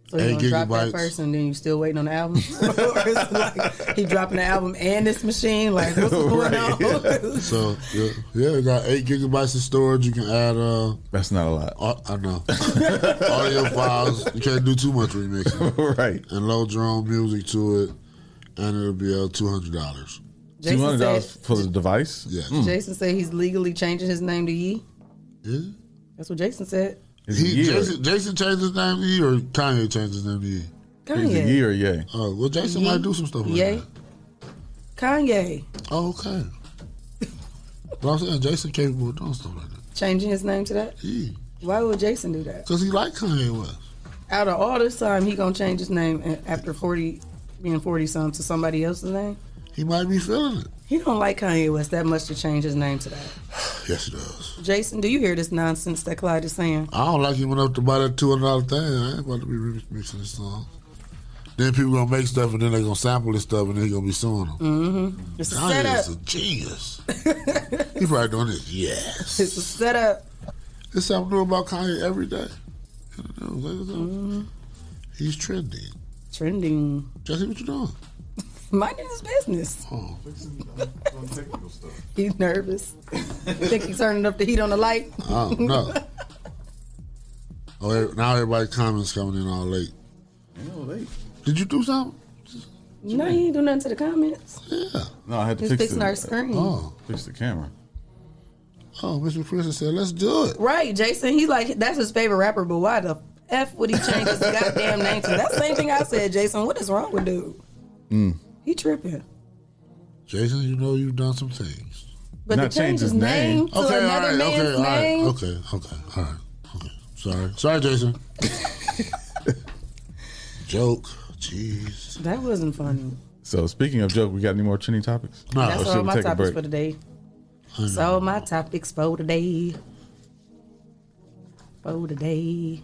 So you
Eight
gonna drop
gigabytes.
that first, and then you still waiting on the album. Or it's like he dropping the album and this machine. Like what's going on?
so yeah, yeah, it got eight gigabytes of storage. You can add. uh
That's not a lot.
I know. Audio files. You can't do too much remixing,
right?
And load your own music to it, and it'll be uh, two hundred dollars.
Jason $200 said-
for the device. Hmm.
Yeah.
Jason said he's legally changing his name to Yee.
Is it?
That's what Jason said.
He, Jason, Jason changed his name to Ye, or Kanye changed his name to Ye?
Kanye. He's a Ye
or Ye?
Oh, well, Jason
Ye.
might do some stuff like
Ye. Kanye
that. Oh, okay. but I'm saying Jason capable of doing stuff like that.
changing his name to that.
Ye.
Why would Jason do that?
Because he like Kanye West.
Out of all this time, he gonna change his name a- after forty, being forty some to somebody else's name.
He might be feeling it.
He don't like Kanye West that much to change his name to that.
Yes, he does.
Jason, do you hear this nonsense that Clyde is saying?
I don't like him enough to buy that two hundred dollar thing. I ain't about to be remixing this song. Then people gonna make stuff, and then they gonna sample this stuff, and they gonna be suing him.
Mm-hmm. It's a
Kanye is a
setup.
genius. he probably doing this. Yes. It's
a setup.
It's something new about Kanye every day. I don't know, like, it's a-
Mm-hmm.
He's trending.
Trending.
Jesse, what you doing?
Minding his business.
Oh.
He's nervous. Think he's turning up the heat on the light.
Oh no. oh, ev- now everybody comments coming in all late. Did you do something?
no, he ain't do nothing to the comments.
No, I had to
He's
fix
fixing
the,
our screen.
Oh, fix the camera.
Oh, Mr. Princess said, let's do it.
Right, Jason. He's like, that's his favorite rapper, but why the F would he change his goddamn name to? That's the same thing I said, Jason. What is wrong with dude?
Mm.
He tripping.
Jason, you know you've done some things.
But to change his name, to another man's
okay, all right,
name.
okay, okay, all right, okay. Sorry, sorry, Jason. Joke, jeez.
That wasn't funny.
So speaking of joke, we got any more chinny topics?
oh,
That's all my topics for today.
know.
That's all my topics for today. For today.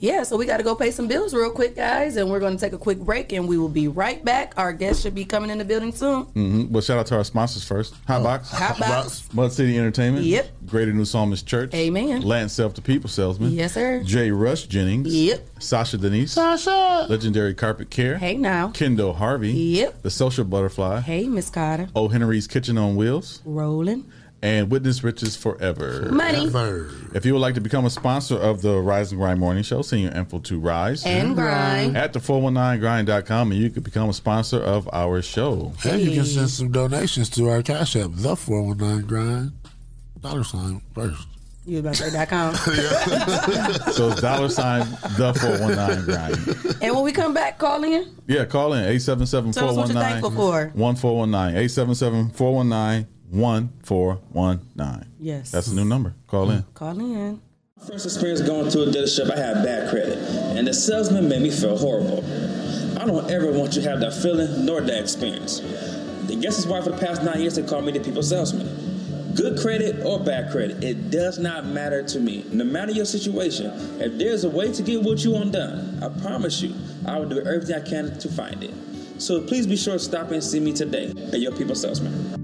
Yeah, so we got to go pay some bills real quick, guys, and we're going to take a quick break, and we will be right back. Our guests should be coming in the building soon.
hmm But shout out to our sponsors first: Hotbox,
Hotbox.
Mud City Entertainment,
Oh, Yep.
Greater New Psalmist Church,
Amen.
Land Self to People Salesman,
Yes, sir.
Jay Rush Jennings,
Yep.
Sasha Denise,
Sasha.
Legendary Carpet Care,
Hey now.
Kendall Harvey,
Yep.
The Social Butterfly,
Hey, Miss Carter.
O Henry's Kitchen on Wheels,
Rolling.
and Witness Riches Forever.
Money.
If you would like to become a sponsor of the Rise and Grind Morning Show, send your info to Rise
And Grind.
at the 419grind.com and you can become a sponsor of our show.
And you can send some donations to our Cash App, the 419 Grind, dollar sign first.
You about to say dot com.
So it's dollar sign the 419 grind.
and when we come back, call in.
Yeah, call in 877
Tell us what you're thankful for.
1419. 877 419 1419.
Yes.
That's a new number. Call in.
Call in.
First experience going to a dealership, I had bad credit, and the salesman made me feel horrible. I don't ever want you to have that feeling nor that experience. I guess it's why for the past nine years they call me the people salesman. Good credit or bad credit, it does not matter to me. No matter your situation, if there's a way to get what you want done, I promise you, I will do everything I can to find it. So please be sure to stop and see me today at your people salesman.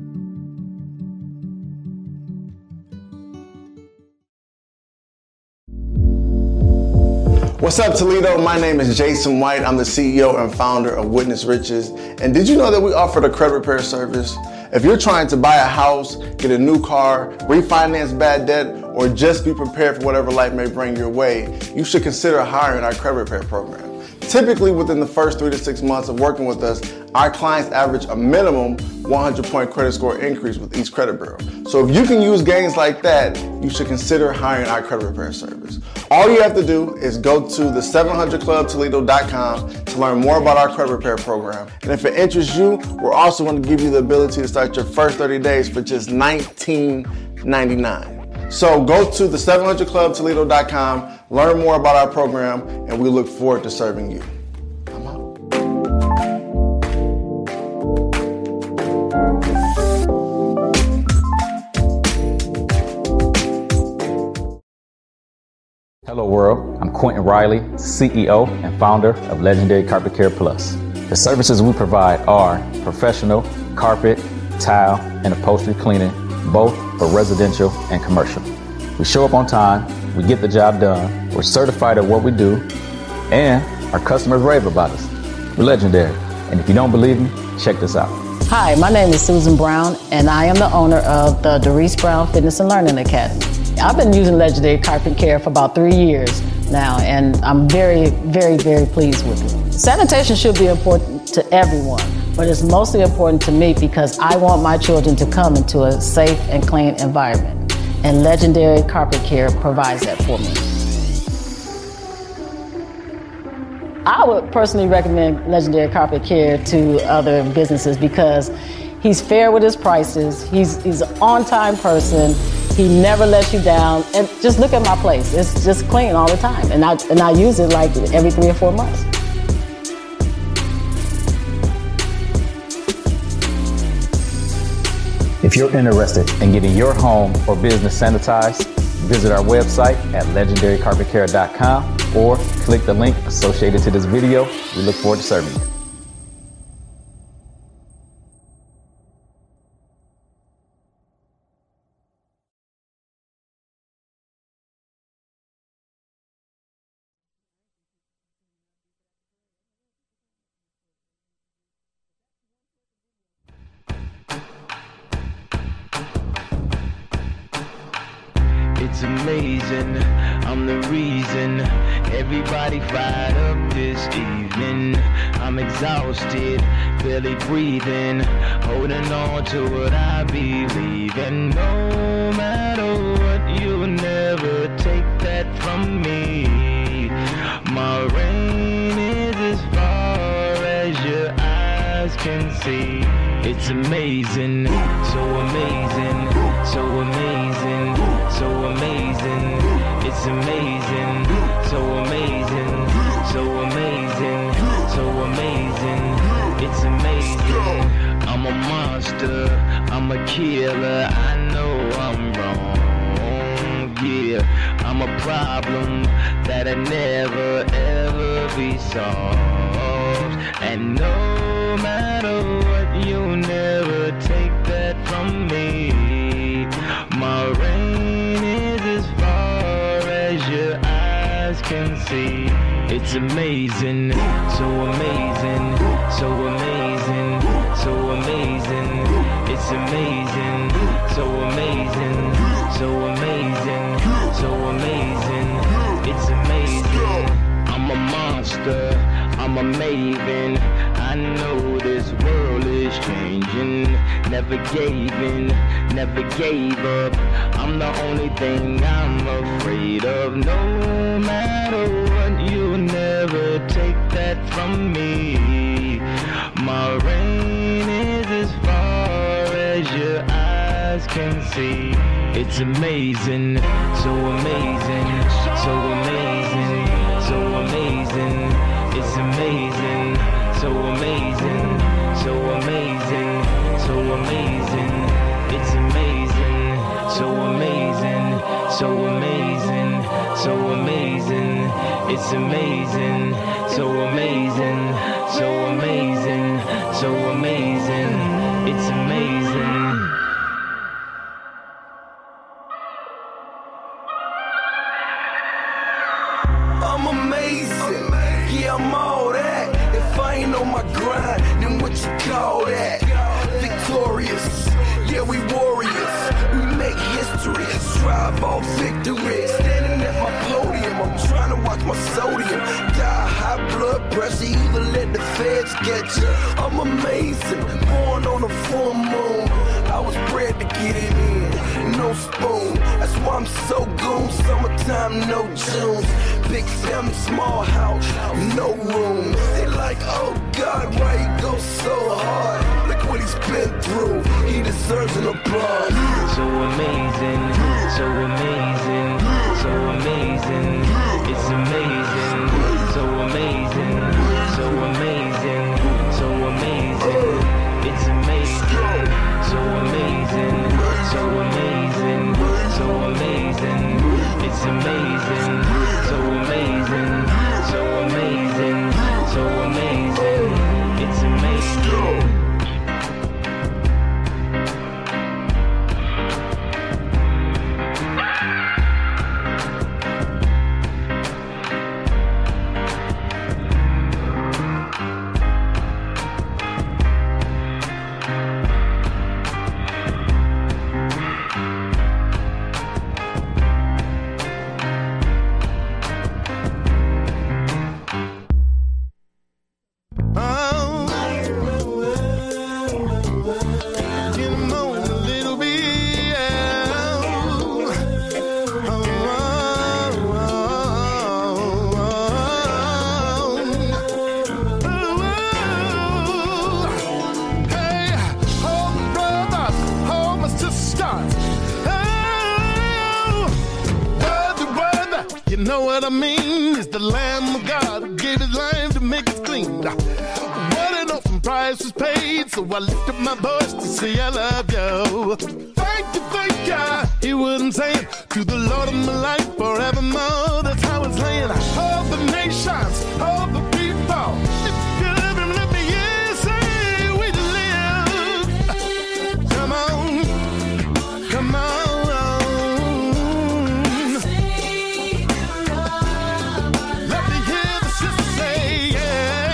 What's up, Toledo? My name is Jason White. I'm the CEO and founder of Witness Riches. And did you know that we offer the credit repair service? If you're trying to buy a house, get a new car, refinance bad debt, or just be prepared for whatever life may bring your way, you should consider hiring our credit repair program. Typically, within the first three to six months of working with us, our clients average a minimum 100 point credit score increase with each credit bureau. So, if you can use gains like that, you should consider hiring our credit repair service. All you have to do is go to the 700clubtoledo.com to learn more about our credit repair program. And if it interests you, we're also going to give you the ability to start your first 30 days for just $19.99. So go to the 700clubtoledo.com, learn more about our program, and we look forward to serving you.
E Hello, world. I'm Quentin Riley, CEO and founder of Legendary Carpet Care Plus. The services we provide are professional, carpet, tile, and upholstery cleaning, both for residential and commercial. We show up on time, we get the job done, we're certified at what we do, and our customers rave about us. We're legendary. And if you don't believe me, check this out.
Mm-hmm. Hi, my name is Susan Brown, and I am the owner of the Doris Brown Fitness and Learning Academy. I've been using Legendary Carpet Care for about three years now, and I'm very, very, very pleased with it. Sanitation should be important to everyone, but it's mostly important to me because I want my children to come into a safe and clean environment, and Legendary Carpet Care provides that for me. I would personally recommend Legendary Carpet Care to other businesses because he's fair with his prices. He's he's an on-time person. He never lets you down. And just look at my place; it's just clean all the time, and I and I use it like every three or four months.
If you're interested in getting your home or business sanitized, visit our website at legendarycarpetcare.com or click the link associated to this video. We look forward to serving you.
It's amazing, I'm the reason everybody fired up this evening. I'm exhausted, barely breathing, holding on to what I believe. And no matter what, you'll never take that from me. My reign is as far as your eyes can see. It's amazing, so amazing, so amazing, so amazing. It's amazing, so amazing, so amazing, so amazing. It's amazing. I'm a monster, I'm a killer. I know I'm wrong. Yeah, I'm a problem that I never ever be solved. And no matter what, you'll never take that from me. My reign is as far as your eyes can see. It's amazing, so amazing, so amazing, so amazing. It's amazing, so amazing, so amazing, so amazing. It's amazing. I'm a monster, I'm a maven. I know this world is changing. Never gave in, never gave up. I'm the only thing I'm afraid of. No matter what, you'll never take that from me. My reign is as far as your eyes can see. It's amazing, so amazing, so amazing, so amazing. It's amazing, so amazing, so amazing, so amazing. It's amazing, so amazing, so amazing, so amazing. It's amazing, so amazing, so amazing, so amazing. It's amazing.
I'm amazing. Yeah, I'm all that. If I ain't on my grind, then what you call that? Victorious. Yeah, we warriors. We make history. Strive all victory. Standing at my podium, I'm trying to watch my sodium. Die high blood pressure, even let the feds get you. I'm amazing. Born on a full moon. I was bred to get it in. No spoon. That's why I'm so goon. Summertime, no Junes. Big family, small house, no room. They like, oh God, why he go so hard? Look what he's been through. He deserves an applause.
So amazing, so amazing, so amazing. It's amazing, so amazing, so amazing, so amazing. It's amazing, so amazing, so amazing, so amazing. It's amazing, so amazing, so amazing, so amazing.
heart. Oh, worthy, worthy. You know what I mean? It's the Lamb of God who gave his life to make us clean. What an awesome price was paid, so I lift up my voice to say I love you. Thank you, thank you. He wouldn't say it to the Lord of my life forevermore. That's how it's laying. All the nations, all the people. If you love him, let me hear you say we live. Come on, come on. Let me hear the sister say, yeah.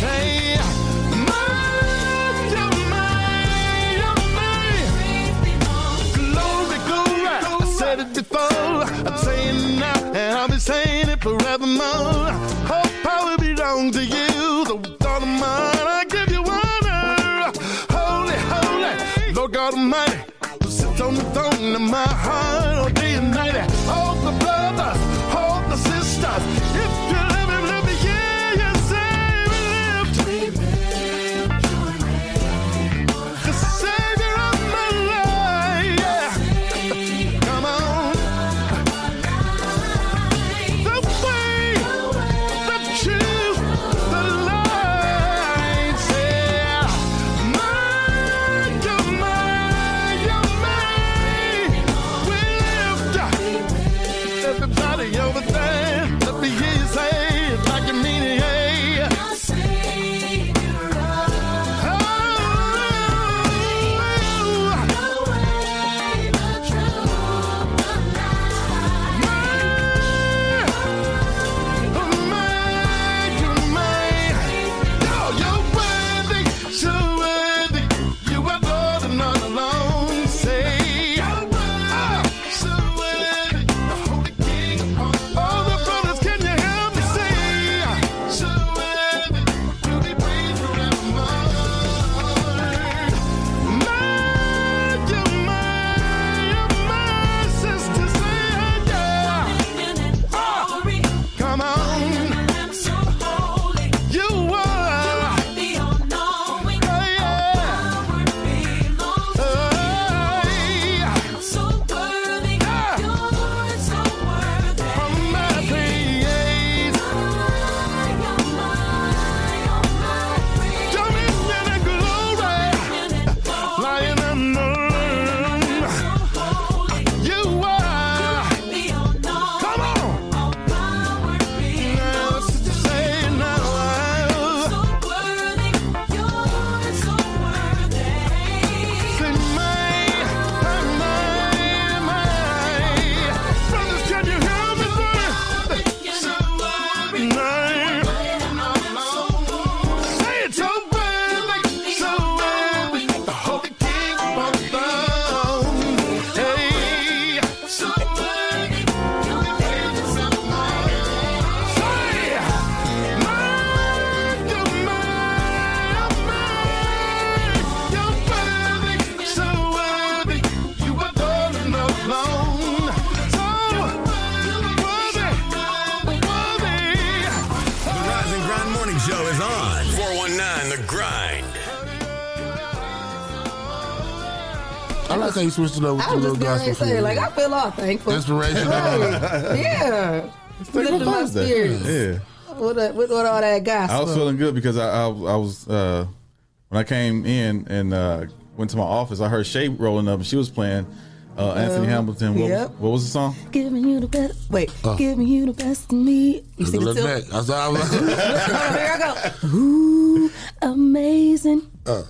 Say, mind your mind, your mind. Glory, glory. I said it before, I'm saying it now, and I'll be saying it forevermore. All power belongs to you, the God of mine, I give you honor. Holy, holy, Lord God Almighty sit on the throne of my heart all day and night. All the brothers, all the sisters. If you love me, let me hear you say we live. The Savior of my life. Yeah. Come on. The way, the truth, the light. Yeah. My, your, my, your, my. We lift everybody over there. Let me hear you say it like you mean it. yeah. Oh, Come on. You are the all-knowing, all-worthy, so worthy. You're so worthy. From my creator, dominion and glory, lion and lamb. You are the Come on. So worthy, you're the greatest of Say,
The Rise and Grind Morning Show is on. 419 The Grind.
I like how you switched it over
I
to a
was
little
just
gospel.
gonna say,
feel.
like, I feel all thankful.
Inspiration.
Right. yeah. Lifted my spirits
Yeah.
with, a, with, with all that gospel.
I was feeling good because I I, I was uh, when I came in and uh, went to my office. I heard Shay rolling up and she was playing uh, Anthony
Um,
Hamilton. What,
yep.
was, what was the song?
Giving you the best. Wait,
Oh.
giving you the best of me. You see the
Look
silver?
back. I saw. I was
Ooh, amazing,
uh,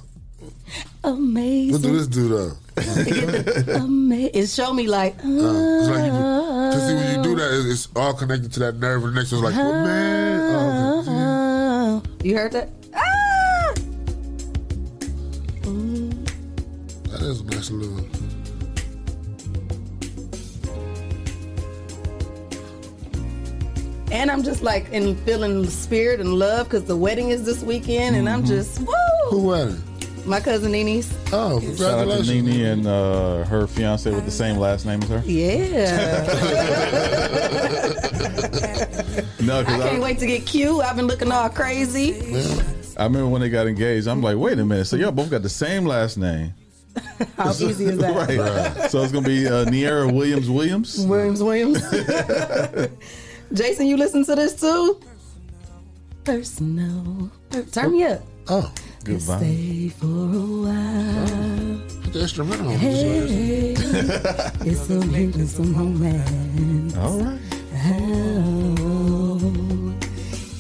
what do
amazing.
this do though?
Ama- it show me like,
It's like you, to see when you do that, it's, it's all connected to that nerve. And the next one's
uh,
like,
Uh-huh.
well, man. Oh, okay.
oh. you heard that? Ah! Mm.
That is a nice little.
And I'm just like in feeling spirit and love because the wedding is this weekend, and I'm just woo.
Who wedding?
My cousin Nini's.
Mm-hmm. Oh,
Shout out to Nene and uh, her fiance with the same last name as her.
Yeah.
No,
I
because
can't
I,
wait to get Q. I've been looking all crazy.
I, I remember when they got engaged. I'm like, wait a minute. So y'all both got the same last name.
How easy is that?
right. So it's gonna be uh, Niera Williams Williams.
Williams Williams. Jason, you listen to this too? Personal. Turn me up.
Oh,
good
Stay for a while.
Put the instrumental on.
Hey, it's some hit and some romance.
All right.
Oh,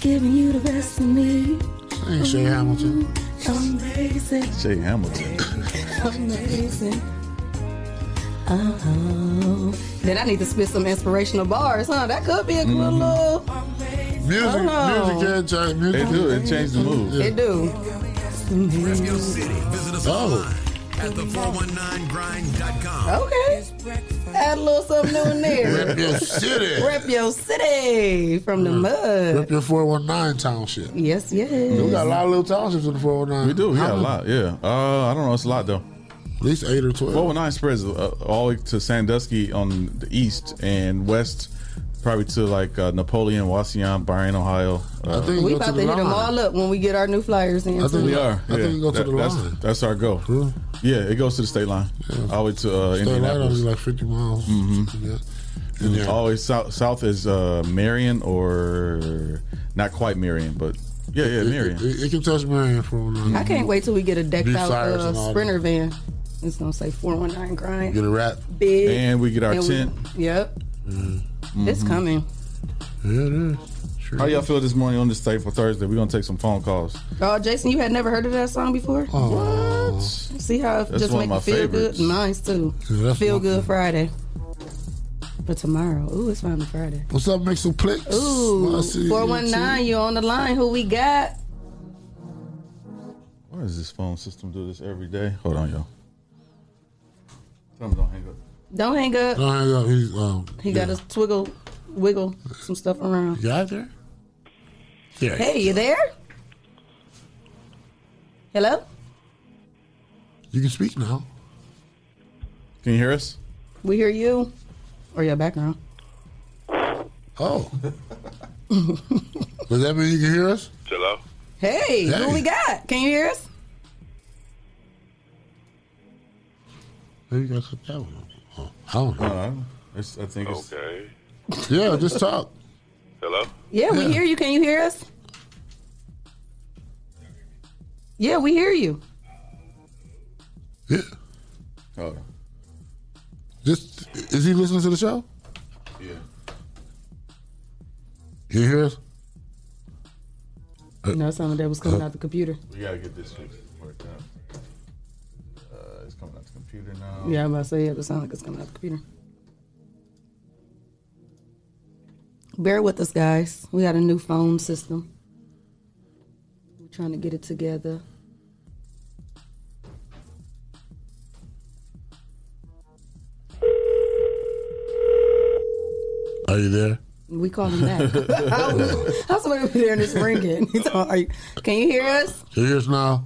giving you the best of me.
Ain't Shay Hamilton.
Amazing,
Jay Hamilton.
amazing. Oh, then I need to spit some inspirational bars, huh? That could be a good little.
Mm-hmm. Music,
Oh.
music can change. Music
It do. It changed the mood.
It do.
Oh.
At the 419grind.com.
Okay. Add a little something new in there.
Rep your city.
Rep your city from the mud.
Rep your 419 township.
Yes, yes.
We got a lot of little townships in the 419.
We do. We
How
got a
many?
lot. Yeah. Uh, I don't know. It's a lot though.
At least eight or twelve.
Four one nine spreads uh, all the way to Sandusky on the east and west, probably to like uh, Napoleon, Wasion, Byron, Ohio. Uh,
we about to hit them all up when we get our new flyers in. too.
we are.
I think
yeah.
you go to the
that's,
line.
That's our goal. Yeah, it goes to the state line. All the way to uh,
State line
Indianapolis.
is like 50 miles. Mm-hmm. Yeah. And then-
Always south. South is uh, Marion or not quite Marion, but yeah, yeah, Marion.
It, it, it can touch Marion for a long
I can't wait till we get a decked
New
out
flyers and all
uh,
that.
sprinter van. It's gonna say 419 grind.
Get a wrap.
Big.
And we get our tent.
Yep.
Mm-hmm.
It's coming.
Yeah, it is.
How y'all feel this morning on this day for Thursday? We're gonna take some phone calls.
Oh, Jason, you had never heard of that song before?
What?
See how it
That's
just
one
make
of
you
my
feel
favorites.
good? Mine's too.
Yeah, that's
feel
my
good Friday. But tomorrow, ooh, it's finally Friday.
What's up, Make Some Clicks?
Ooh,
I see you,
four one nine. You on the line? Who we got?
Why does this phone system do this every day? Hold on, y'all. Tell me don't hang up.
Don't hang up.
Don't hang up. He's, um,
He got us twiggle, wiggle some stuff around.
You out there? Yeah.
Hey, you there? Hello?
You can speak now.
Can you hear us?
We hear you. Or your background.
Oh. Does that mean you can hear us?
Hello.
Hey, who
Hey.
we got? Can you hear us?
Maybe you got to put that one on. Oh, I don't
know. it's, I think it's.
Okay.
Yeah, just talk.
Hello.
Yeah, we
Yeah.
hear you. Can you hear us? Yeah, we hear you.
Hold on.
Just is he listening to the show?
Yeah.
You hear us?
no, something that was
Uh-huh.
coming out the computer.
We gotta get this fixed. worked out. Uh, it's coming out the computer now.
Yeah, I'm about to say it. It sounds like it's coming out the computer. Bear with us, guys. We got a new phone system. We're trying to get it together.
Are you there?
We call him that. How's somebody over there and it's ringing? He's all, "Are you- Can you hear us?
Can you hear us now?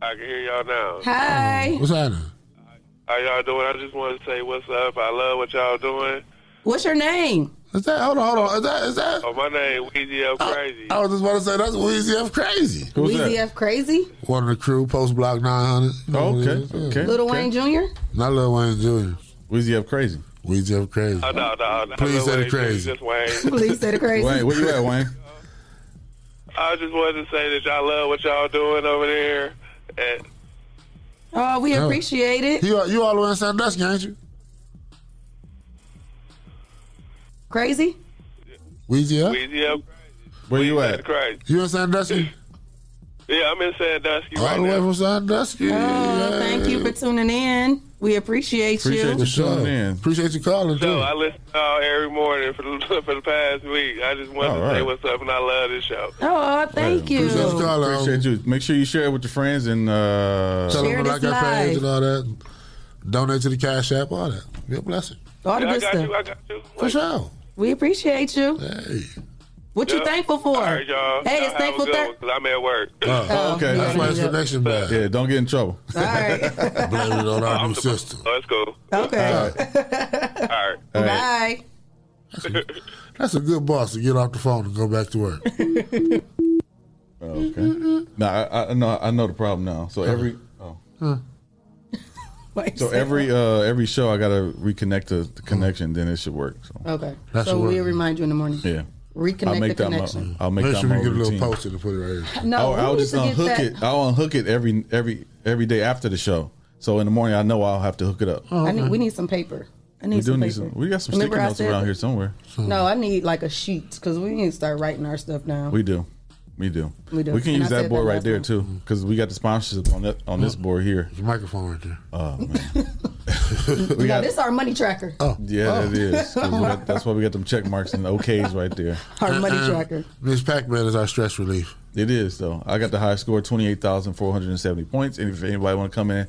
I can hear y'all now.
Hi.
What's happening?
How y'all doing? I just want to say what's up. I love what y'all doing.
What's your name?
Is that? Hold on, hold on. Is that? Is that?
Oh, my name Weezy L Crazy.
I was just about to say that's Weezy F Crazy.
Weezy F Crazy?
One of the crew, Post Block 900. You know what it is, yeah.
Little Wayne Jr.?
Not Lil Wayne Jr.
Weezy F Crazy.
Weezy F Crazy.
Oh, no, no, no.
Please
Lil
say the
Wayne,
crazy.
Just Wayne.
Please say the crazy.
Wayne, where you at, Wayne?
I just wanted to say that y'all love what y'all doing over there. And
Oh, we
Yeah.
appreciate it.
You, you all the way in Sandusky, ain't you?
Crazy?
Weezy F?
Weezy L
Where you at?
Crazy.
You in Sandusky?
Yeah, I'm in Sandusky
all
right
the way
now.
from Sandusky.
Oh, thank you for tuning in. We appreciate, you.
in.
Appreciate you calling, too.
So uh, I listen to y'all every morning for the, for the past week. I just wanted
All
to
right.
say what's up, and I love this show.
Oh, thank you.
Appreciate
um,
you. Make sure you share it with your friends and uh,
Tell them to like our page and all that. Donate to the Cash App, all that. Be a blessing.
All the good stuff.
For sure.
We appreciate you.
Hey.
What you thankful for?
All right, y'all.
Hey, it's
Y'all have a
thankful
good
Thur-
one, 'cause I'm at work.
Oh, okay.
That's why it's connection bad.
Yeah, don't get in trouble.
All right.
Blame it on our new system.
Let's go.
Okay.
All right.
All
Bye.
That's a good boss to get off the phone and go back to work.
Oh, okay. No, I, I know I know the problem now. So every oh. so every uh every show I gotta reconnect the, the connection, then it should work. So.
Okay.
That
so
should work.
we'll remind you in the morning.
Yeah.
Reconnect
I'll make
the
that my-
connection.
I'll make
Make
that
sure we
my
get a little
routine.
poster to put it right here.
No,
I'll,
we
I'll
need
just
to get
unhook
that-
it. I'll unhook it every every every day after the show. So in the morning, I know I'll have to hook it up.
Oh,
I need, we need some paper. I need
Oh, we
some
do
paper.
need some. We got some
Remember
sticky
I
notes
said
around
that?
here somewhere.
No, I need like a sheet because we need to start writing our stuff down.
We do. We do.
We do.
can
And I
use that
said
board
that
right
last
there
time.
too, because we got the sponsorship on that on
Oh.
this board here. The microphone right there. Oh man. we
no,
got,
this our money tracker.
yeah,
Oh.
it is. 'Cause we got- that's why we got them check marks and OKs right there.
Our money
Um,
tracker.
This Uh-uh. Pac-Man is our stress relief. It is though. I got the high score, twenty eight thousand four hundred and seventy points. And if anybody want to come in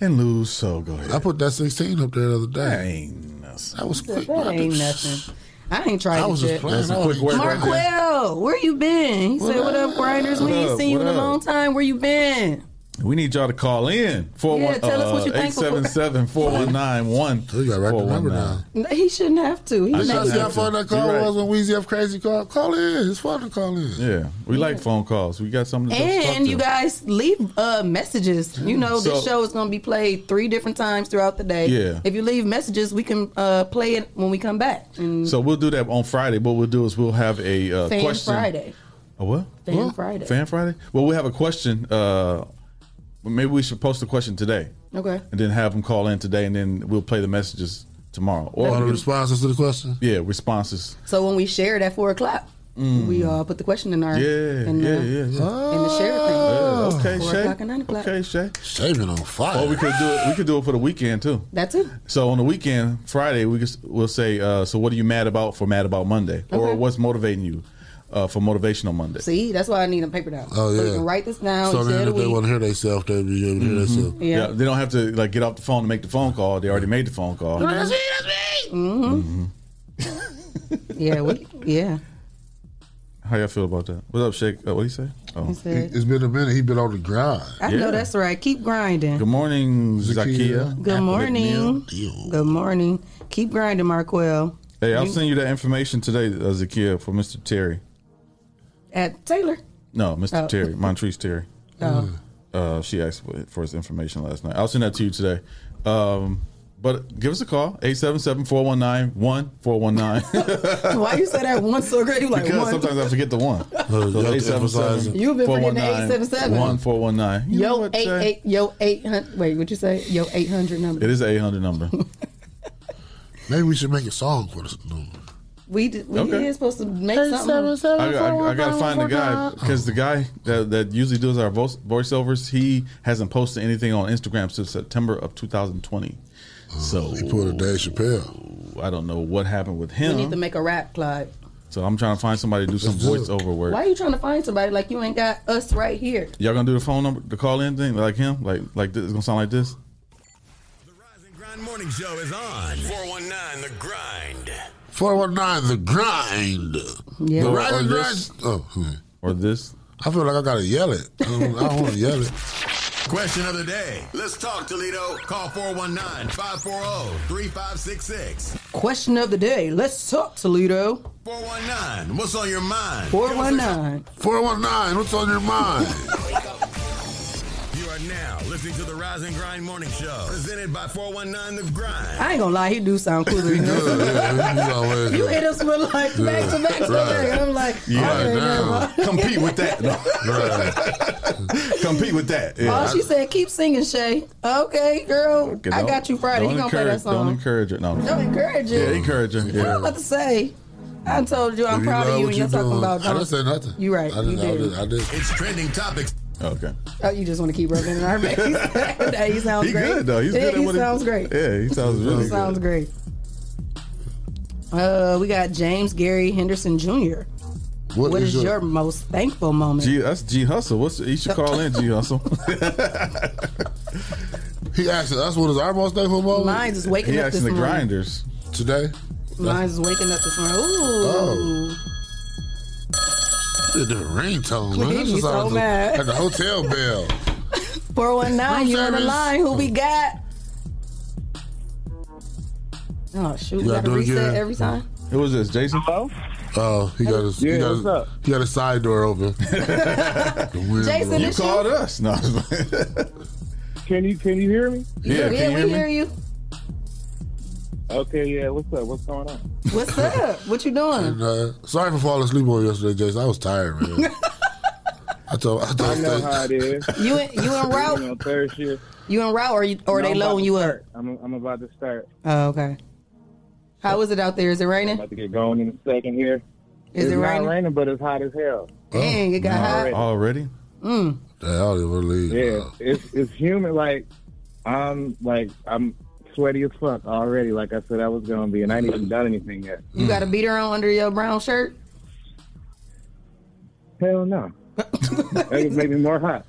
and lose, so go ahead.
I put that 16 up there the other day.
That ain't nothing.
That was quick.
That ain't nothing. I ain't tried
I
it
was just
yet.
playing. That's a quick word right
Marquell, where you been? He said,
What
"What up,
up?
grinders?
What
we ain't
up?
seen you in
What
a
up?"
long time. Where you been?"
We need y'all to call in. uh,
Yeah, tell us what you're thankful for.
877 419
No, He shouldn't have to. He
I
shouldn't have
shouldn't
See how
have
to.
fun that call
You're right.
was when Weezy F Crazy called? Call in. It's fun to call in.
Yeah, we like phone calls. We got something to talk
And
to.
you guys leave uh, messages. You know, this
So-
show is going to be played three different times throughout the day.
Yeah.
If you leave messages, we can uh, play it when we come back. And
So we'll do that on Friday. What we'll do is we'll have a uh,
Fan
question.
Friday.
A what?
Fan
What?
Friday.
Fan Friday. Well, we have a question. Uh, maybe we should post the question today,
Okay.
and then have them call in today, and then we'll play the messages tomorrow.
All the
responses to the question. Yeah, responses.
So when we shared at four o'clock,
Mm.
we uh, put the question in our
Yeah,
in,
yeah,
uh,
yeah, yeah.
in the share thing.
Okay,
four
Shay.
o'clock and nine o'clock.
Okay, Shay. Saving on fire. Or we could do it. We could do it for the weekend too.
That's it.
So on the weekend, Friday, we just, we'll say, uh, so what are you mad about for Mad About Monday, or what's motivating you uh, for Motivational Monday?
See, that's why I need a paper down.
Oh,
So
yeah.
you can write this down.
So
each
then
day of the
if they
week. Mm-hmm.
wanna
When I hear themselves, they be able to hear themselves.
Yeah. they don't have to like get off the phone to make the phone call. They already made the phone call.
That's me, that's me.
Mm-hmm.
hmm yeah, we, yeah.
How y'all feel about that? What's up, Shake? Uh, what do you say? Oh.
He said-
It's been a minute. He been on the grind.
I
Yeah.
know that's right. Keep grinding.
Good morning,
Zakiya.
Zakia.
Good morning. Good morning. Keep grinding, Marquell.
Hey, I'll
You-
send you that information today, uh, Zakia, for Mr. Terry.
At Taylor.
No, Mr.
Oh.
Terry, Montrese Terry.
Oh.
Uh, she asked for- for his information last night. I'll send that to you today. Um, but give us a call, 877-419-1419.
Why you say that one so great? You like
because
one.
sometimes I forget the one. So
y'all
it's
emphasizing.
877-419-1419.
You've been forgetting the 877.
1419.
Yo eight eight yo eight hundred. Wait, what you say? Yo eight hundred number.
It is an 800 number.
Maybe we should make a song for this number.
We did, we
Okay.
is supposed to make
Eight
something.
seven seven
I, I, I gotta find the guy because the guy that, that usually does our voice, voiceovers, he hasn't posted anything on Instagram since September of 2020. So Uh, he put a Dave Chappelle. I don't know what happened with
We need to
him.
make a rap, Clyde.
So I'm trying to find somebody to do some voiceover work.
Why are you trying to find somebody like you ain't got us right here?
Y'all gonna do the phone number, the call in thing, like him, like like this? It's gonna sound like this.
Grind Morning Joe is on. 419 The Grind.
419 The Grind.
Yeah.
The
Or-
Rise
or
and
this.
Grind. Oh, hmm.
Or this.
I feel like I gotta yell it. I don't, I don't want to yell it.
Question of the day. Let's talk, Toledo. Call 419 540 3566.
Question of the day. Let's talk, Toledo.
419. What's on your mind?
Four one nine.
419, what's on your mind?
You are now listening to the Rise and Grind Morning Show. Presented by 419 The Grind.
I ain't gonna lie, he do sound cooler. than us. you hit us with like back to back to back. I'm like, okay, never mind.
compete with that. No. compete with that. Yeah.
Oh, she said, keep singing, Shay. Okay, girl,
Okay,
I
don't-
got you Friday.
don't
He gonna play that
encourage- Don't
song.
encourage her. No,
Don't,
no.
encourage
Yeah,
it.
encourage her.
What I'm
Yeah.
about to say. I told you I'm
If you
proud of
love
you, and
what you
you're talking
doing-
about.
I didn't say
nothing.
You right.
I
you
didn't- I
did.
didn't- I didn't.
It's trending topics.
Okay.
Oh, you just want to keep rubbing it in our face. Hey, he sounds
He
great.
good though. He's
yeah,
good at
he
what
sounds great.
Yeah, he sounds
he
really good.
sounds great. Uh, we got James Gary Henderson Jr. what is, your most thankful moment?
G, that's G Hustle. What's you should call in G Hustle.
He asked us what is our most thankful moment.
Mine's is waking He up asked this the morning.
grinders
today.
Mine's waking up this morning. Ooh.
Oh.
That's a different ringtone, man. That's
He's
just
so
all-
mad.
Like a hotel bell.
419,
Room
you on the
service.
line. Who we got? Oh, shoot.
You
We
gotta
got to
do it
reset
again.
every time.
Who was this, Jason? Hello.
Oh, he got his he
Yeah,
got
what's
his,
up?
he got his side door open.
Jason, You it's you? called us.
No,
Can you can you hear me?
Yeah,
yeah,
can you
we
hear me?
hear you.
Okay, yeah. What's up? What's going on?
What's up? What you doing?
And, uh, sorry for falling asleep on yesterday, Jason. I was tired, man. I told I, told
I know how it is.
You in, you en route?
You know, third shift.
You en route, or you, or
No,
they
I'm about
loading
to
you up?
start. I'm, I'm about to start.
Oh, okay. How is it out there? Is it
I'm
raining?
about to get going in a second here.
Is
it's
it raining?
Not raining, but it's hot as hell.
Dang, it got hot.
Already?
Mm.
Hell, it really-
Yeah, it's it's humid. Like I'm like I'm sweaty as fuck already. Like I said, I was gonna be, and I ain't even done anything yet.
You got a beater on under your brown shirt?
Hell no. that just made me more hot.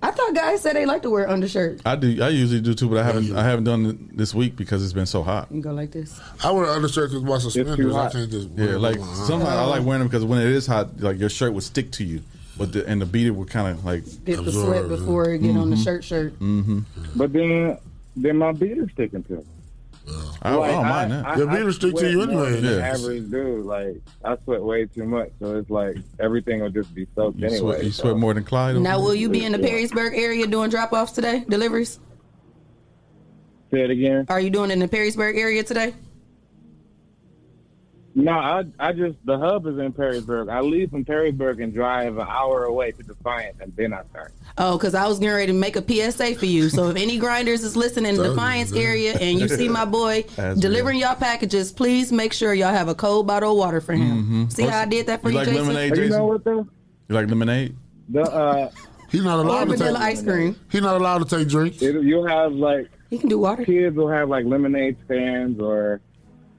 I thought guys said they like to wear undershirts.
I do. I usually do too, but I haven't. I haven't done it this week because it's been so hot.
You can go like this.
I wear undershirts with my
too
suspenders. I
hot.
can't just wear
Yeah,
them
like
on my arm.
sometimes I
Uh,
like wearing them because when it is hot, like your shirt would stick to you, but the, and the beater would kind of like
Get the sweat before it get on the
Mhm.
shirt shirt.
Mm-hmm.
But then then my beater's sticking to me.
Oh,
I, I don't mind that.
Your beater stick to
sweat
you
more
anyway.
than the
Yeah.
Average dude, like I sweat way too much, so it's like everything will just be soaked
You
anyway.
sweat- you
so.
sweat more than Clyde. over
Now,
there?
will you be in the
Yeah.
Perrysburg area doing drop offs today? Deliveries?
Say it again.
Are you doing it in the Perrysburg area today?
No, I I just the hub is in Perrysburg. I leave from Perrysburg and drive an hour away to Defiance, and then I start.
Oh, because I was getting ready to make a PSA for you. So if any grinders is listening in the
Those
Defiance
is it.
area and you see my boy
That's
delivering y'all packages, please make sure y'all have a cold bottle of water for him.
Mhm.
See how I did that for
You
you,
like
Jason?
lemonade, You know Jason? what,
though?
You like lemonade?
The uh,
he's not
allowed Or to take- vanilla ice cream.
He's not allowed to take drinks.
It, you'll have like
you can do water.
Kids will have like lemonade stands or,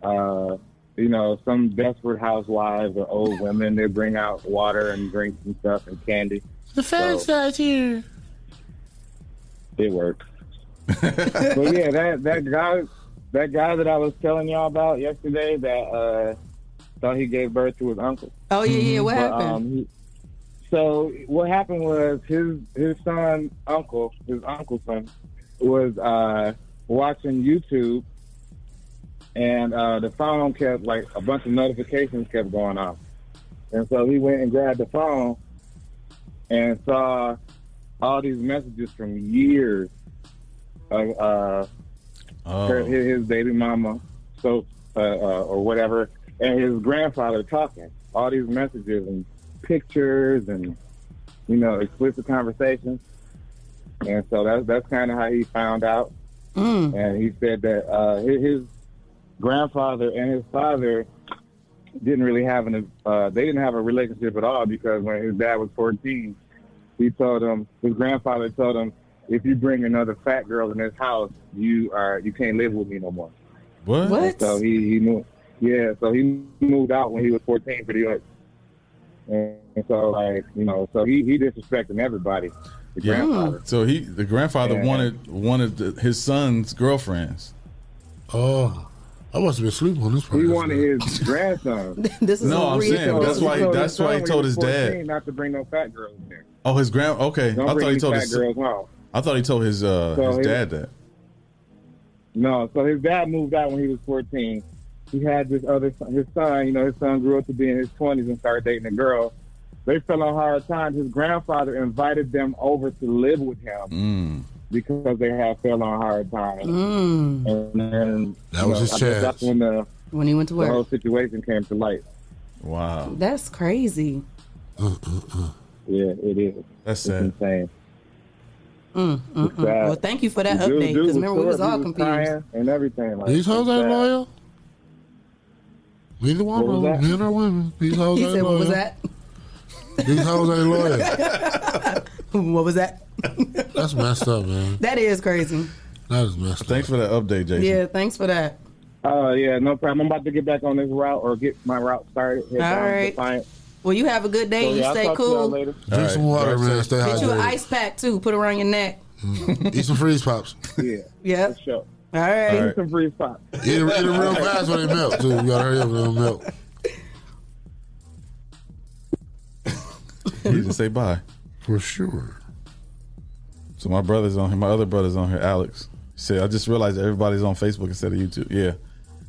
uh, you know, some desperate housewives or old women. They bring out water and drinks and stuff and candy.
The
fans
guy's here.
It works. but yeah, that that guy, that guy that I was telling y'all about yesterday, that uh, thought he gave birth to his uncle.
Oh, yeah, yeah. What
But,
happened?
um, he- so what happened was his his son uncle his uncle's son was uh, watching YouTube, and uh, the phone kept like a bunch of notifications kept going off, and so he went and grabbed the phone and saw all these messages from years of uh,
Oh.
her, his, his baby mama, so uh, uh, or whatever, and his grandfather talking. All these messages and pictures and you know explicit conversations, and so that's that's kind of how he found out.
Mm-hmm.
And he said that uh, his, his grandfather and his father didn't really have an uh, they didn't have a relationship at all because when his dad was fourteen, he told him his grandfather told him if you bring another fat girl in this house, you are you can't live with me no more.
What?
And So he, he moved. Yeah, so he moved out when he was fourteen, pretty much. And and so like you know, so he he disrespecting everybody. The grandfather.
So he, the grandfather,
Yeah.
wanted wanted the, his son's girlfriends.
Oh, I must have been asleep on this
He
podcast.
wanted his grandson.
this
is No, a I'm real- saying, that's why- that's why he told his dad.
not to bring no fat girls in there.
Oh, his grand. Okay,
Don't
I
bring
thought he
these
told
fat
his.
girls out.
I thought he told his uh,
So
his
he-
dad that.
No, so his dad moved out when he was 14. He had this other son, his son, you know, his son grew up to be in his 20s and started dating a girl. They fell on hard times. His grandfather invited them over to live with him
Mm.
because they had fell on hard times.
Mm.
And then
That
you
was
know,
his
I guess
chance.
That's when the,
When he went to
the whole
work.
situation came to light.
Wow.
That's crazy.
Yeah, it is.
That's
sad. insane.
Mm, mm, mm.
It's sad.
Well, thank you for that
Dude-
update.
dude
Because remember, we was
sore. He
all confused.
crying and everything. Like,
These hoes
it's
ain't
sad.
loyal. Neither one
What
of
was
them,
that?
men or women. These hoes
He
ain't
said,
loyal.
"What was that?
These hoes ain't loyal.
what was that?
That's messed up, man.
That is crazy.
That is messed
Thanks for that update, Jason.
Yeah, thanks for that.
Oh, yeah, no problem. I'm about to get back on this route or get my route started. Head
All
down to
right.
Defiance.
Well, you have a good day.
So,
you
yeah, I'll
stay
talk to y'all
cool.
later.
Drink some water,
Alright.
man. Stay
Get you an
hydrated.
ice pack too. Put around your neck.
Eat some freeze pops.
Yeah.
Yeah.
All
right.
All right.
Some free spots.
Eat them, eat them real fast when they melt, too. You gotta hurry up when they melt.
He didn't say bye.
For sure.
So my brother's on here. My other brother's on here. Alex He said, "I just realized everybody's on Facebook instead of YouTube." Yeah,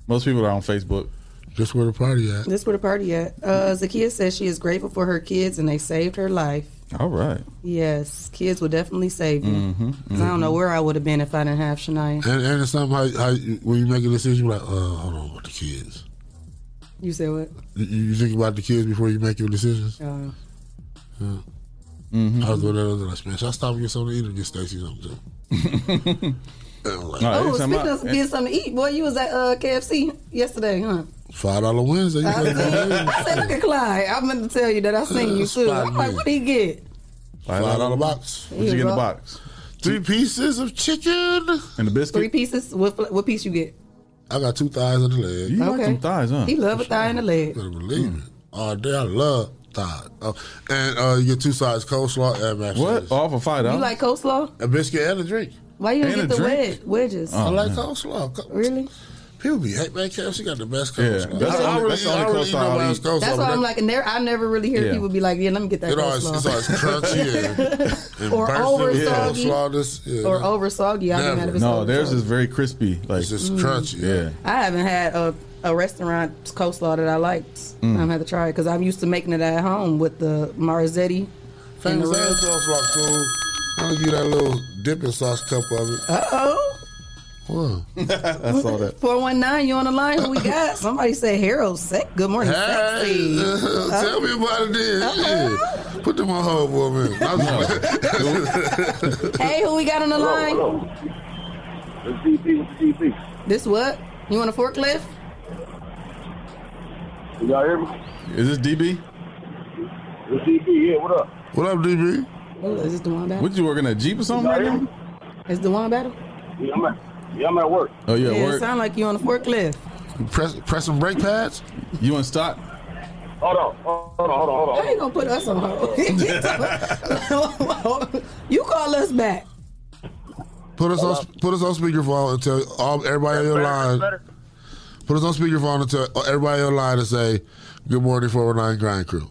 most people are on Facebook.
This where the party at.
This where the party at. Uh, Zakia says she is grateful for her kids and they saved her life.
All right.
Yes, kids will definitely save you.
Mhm,
'Cause I don't know where I would have been if I didn't have Shania.
And, and it's something how, how you, when you make a decision, you're like, uh, hold on with the kids.
You said what?
You, you think about the kids before you make your decisions.
Uh,
Yeah. I was doing that other like, man, should I stop and get something to eat or get Stacy something too? And I'm like,
oh, speaking of getting something to eat, boy, you was at uh, KFC yesterday, huh?
five dollar Wednesday. You
I
can't do
said,
that.
I said, look at Clyde. I meant to tell you that I seen you too. I'm like, what he get?
Five
dollar box.
What you get in the
box?
Three pieces of chicken
and the biscuit.
Three pieces. What fl- what piece you get?
I got two thighs and a leg.
You like Okay. them
thighs,
He love a thigh and a leg.
Better believe it. All day I love thighs. Oh, and uh, you get two sides coleslaw and mashed
What?
potatoes.
All for five
You like coleslaw?
a biscuit and a drink.
Why you don't
And
get the
a drink. Oh,
wed- wedges?
I like coleslaw. Co-
Really?
People be hate man, KFC got the best
Yeah,
coleslaw.
that's the
I,
only-
I really,
that's the only
I really
coleslaw
eat
I'll
nobody's
eat.
coleslaw.
That's
but
why I'm
that-
like, and there, I never really hear
Yeah.
people be like, yeah, let me get that
It always,
coleslaw.
it's always crunchy and, and
Or
bursting
over
with
soggy.
coleslaw. This, yeah,
or over soggy. I've been mad if it's
No,
over
theirs
soggy.
is very crispy. Like it's
just
Mm. crunchy.
Yeah.
I haven't had a, a restaurant coleslaw that I liked.
Mm.
I'm gonna have to try it because I'm used to making it at home with the Marzetti and the
Famous
red.
ass coleslaw, cool. I'll give you that little dipping sauce cup of it.
Uh oh.
What?
I saw that.
419, you on the line? Who we got? Somebody said Harold Sec. Good morning,
Hey,
sexy. Uh-huh.
uh, tell me about it then. Yeah. Put them on hold for a minute. I'm just-
Hey, who we got on the line?
CP, what's the CP?
This what? You want a forklift?
Y'all hear me?
Is this DB?
What's CP? Yeah, what up?
What up, DB?
Ooh, is this Dewan Battle?
What you working at Jeep or something right now?
Is Dewan Battle?
Yeah, I'm at, yeah, I'm at work.
Oh yeah,
yeah, it
work.
sound like you on a forklift.
Press press some brake pads.
You in stock?
Hold on, hold on, hold on, hold
I ain't gonna put us on hold. you call us back.
Put us on put us on speakerphone and tell all everybody on your line. Put us on speakerphone and tell uh, everybody on your line to say, "Good morning, 409 Grind Crew."
on.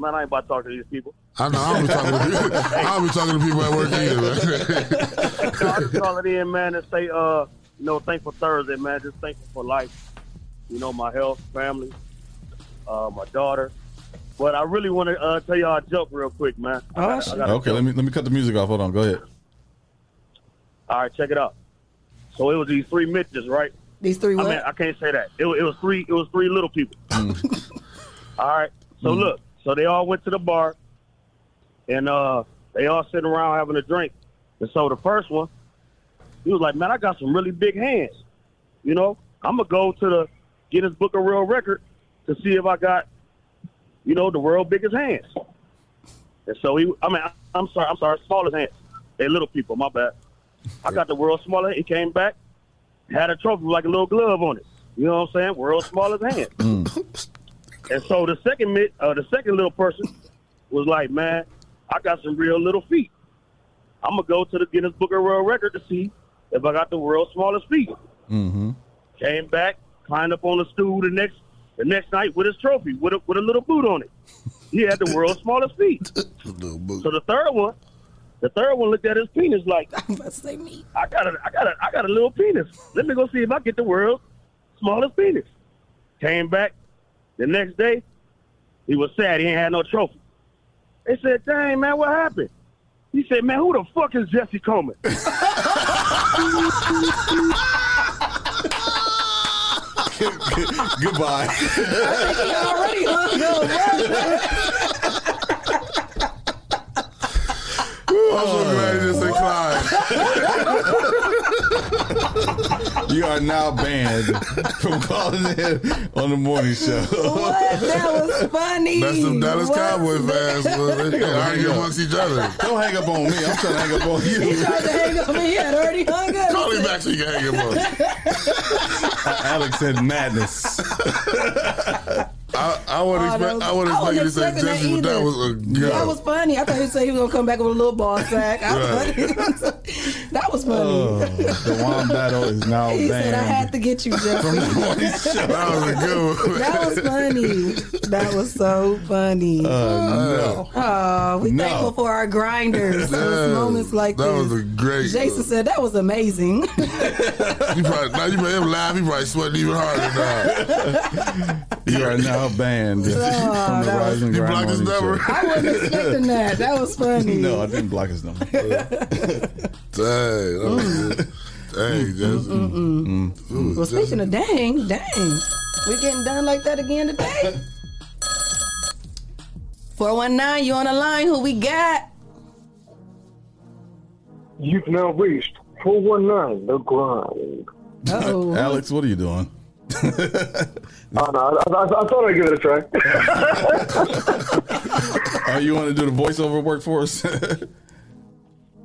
Man, I ain't about to talk to these people.
I know I don't be talking to people. I don't be talking to people at work either. Man.
No, I just call it in, man, and say, uh, you know, thankful Thursday, man. Just thankful for life. You know, my health, family, uh, my daughter. But I really want to uh, tell y'all a joke real quick, man.
Oh,
I gotta- I gotta
Okay, let me let me cut the music off. Hold on, go ahead.
All right, check it out. So it was these three midgets, right?
These three
I mean, I can't say that. It was, it was three. It was three little people. all right. So
Mm.
look. So they all went to the bar, and uh, they all sitting around having a drink. And so the first one, he was like, "Man, I got some really big hands. You know, I'm gonna go to the Guinness Book of World Record to see if I got, you know, the world biggest hands." And so he, I mean, I, I'm sorry, I'm sorry, smallest hands. They little people. My bad. I got the world's smallest. He came back, had a trophy with like a little glove on it. You know what I'm saying? World's smallest hand. and so the second mid, uh, the second little person was like, "Man, I got some real little feet. I'm gonna go to the Guinness Book of World Record to see if I got the world's smallest feet."
Mm-hmm.
Came back, climbed up on the stool the next the next night with his trophy with a with a little boot on it. He had the world's smallest feet. So the third one, the third one looked at his penis like,
I'm about to say me.
I got a I got a I got a little penis. Let me go see if I get the world's smallest penis. Came back the next day, he was sad he ain't had no trophy. They said, "Dang man, what happened?" He said, "Man, who the fuck is Jesse Coleman?"
Goodbye.
already hung up.
I'm so glad you didn't say
You are now banned from calling in on the morning show.
What? That was funny.
That's some Dallas
What?
Cowboy fans. boy. They
Don't hang
argue
up.
amongst each other.
Don't hang up on me. I'm trying to hang up on
He
you.
tried to hang up and he had already hung up.
Call him back so you can hang him up.
Alex said madness.
I, I wasn't
Oh, that
expect,
was-
I wasn't
I
expecting you
wasn't
to say
expecting that
Jesse, but that
either.
was a
That
good.
was funny. I thought he said he was gonna come back with a little ball sack. I
Right.
thought- That was funny.
Oh, Dewan Battle is now
he said, "I
banned.
had to get you, Jeffrey."
That was a good one.
That was funny. That was so funny.
Uh, no.
Oh, we
No.
thankful for our grinders. It was
Yeah,
moments like
that
this.
was a great.
Jason said that was amazing.
You probably now you made him laugh. He probably sweating even harder
You are now banned from the
Oh, that was-
Rising
You
Grind
blocked his
Morning
number?
Show.
I wasn't expecting that. That was funny.
No, I didn't block his number.
now. Dang, that was good. dang, mm.
Mm-mm.
that's. Ooh,
Well, speaking of dang, dang, we getting done like that again today. Four one nine, you on the line? Who we got?
You've now reached 419 The Grind.
Uh-oh.
Alex, what are you doing?
Oh, no, I, I, I thought I'd give it a try.
Are Oh, you want to do the voiceover work for us?
hey,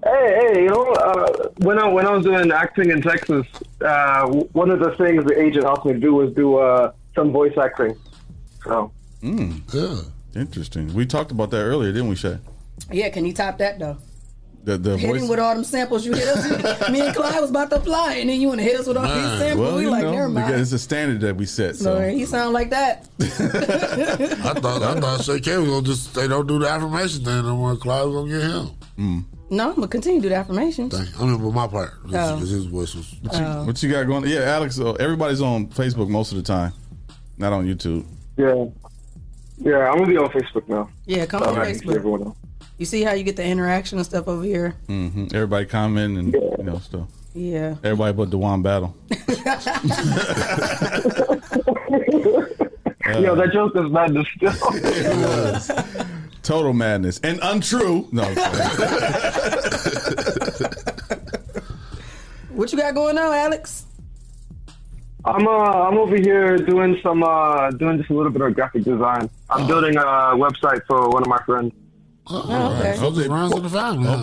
hey, you know, uh, when, I, when I was doing acting in Texas, uh, w- one of the things the agent asked me to do was do uh, some voice acting. So,
mm. Interesting. We talked about that earlier, didn't we, Shay?
Yeah, can you top that though?
The, the
Hit him
voice.
with all them samples you hit us. with. Me and Clyde was about to apply, and then you want to hit us with all these
Man,
samples.
well,
we
you
like,
know,
never mind.
because It's a standard that we set.
So
So
he sound like that.
I thought I thought Shay K was gonna just they don't do the affirmation thing no more. Clyde was gonna get him.
No, I'm gonna continue to do the affirmations.
Dang, I remember my part. His,
Oh.
his voice was.
what,
Oh.
you, what you got going? Yeah, Alex. Uh, everybody's on Facebook most of the time, not on YouTube.
yeah. Yeah, I'm going to be on Facebook now.
Yeah, come on
All right.
Facebook. You see how you get the interaction and stuff over here?
hmm Everybody comment and you know stuff.
Yeah.
Everybody but Dewan Battle.
Yo, that joke is madness
still. Total madness and untrue. No. I'm sorry.
What you got going on, Alex?
I'm uh, I'm over here doing some uh, doing just a little bit of graphic design. I'm
Oh.
building a website for one of my friends.
Oh,
Alright. Hope they, hope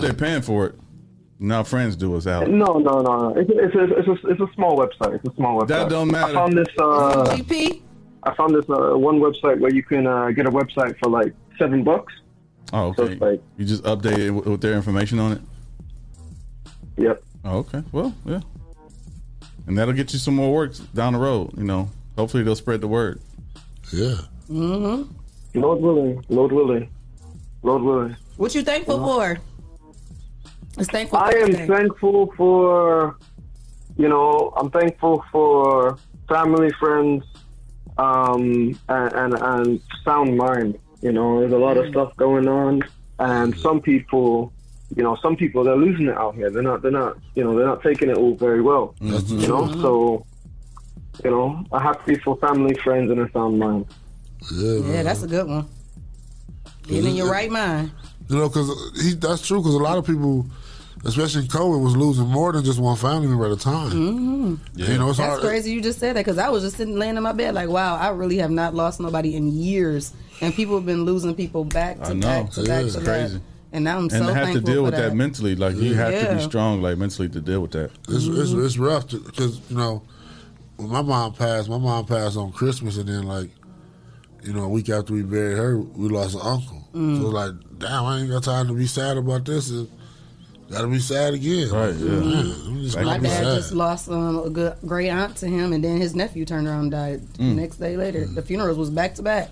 they're paying for it. Now friends do us out.
No, no, no, no. It's a, it's a, it's a, it's a small website. It's a small website.
That don't matter.
I found this. Uh,
GP.
I found this uh, one website where you can uh, get a website for like seven bucks.
Oh, okay. you just update it with, with their information on it.
Yep.
Oh, okay. Well, yeah. And that'll get you some more work down the road. You know, hopefully they'll spread the word.
Yeah.
Mm-hmm. Lord willing, Lord willing, Lord willing.
What you thankful for? It's thankful.
I
for
am
today.
thankful for, you know, I'm thankful for family, friends, um, and, and, and sound mind. You know, there's a lot of stuff going on, and some people, you know, some people they're losing it out here. They're not, they're not, you know, they're not taking it all very well. You know, so, you know, a happy for family, friends, and a sound mind.
Yeah, that's a good one. Getting in your right mind.
You know, because he that's true. Because a lot of people, especially in COVID, was losing more than just one family member at a time.
Mhm.
You know, it's
That's
hard.
crazy you just said that because I was just sitting laying in my bed like, wow, I really have not lost nobody in years, and people have been losing people back
I
to
know.
back to
Yeah,
back
it's
to
crazy.
back. And now I'm
and
so
have to
thankful
deal
for
with that. mentally. Like you have to
Yeah. Mm-hmm.
be strong, like mentally, to deal with that.
It's, it's,
Mm-hmm.
it's rough because you know when my mom passed. My mom passed on Christmas, and then like you know a week after we buried her, we lost an uncle.
Mm.
So like, damn, I ain't got time to be sad about this. And gotta be sad again. Right.
yeah.
I'm just
My
gonna be
dad
sad.
just lost um, a good great aunt to him, and then his nephew turned around and died
Mm.
the next day later. The funerals was back to back,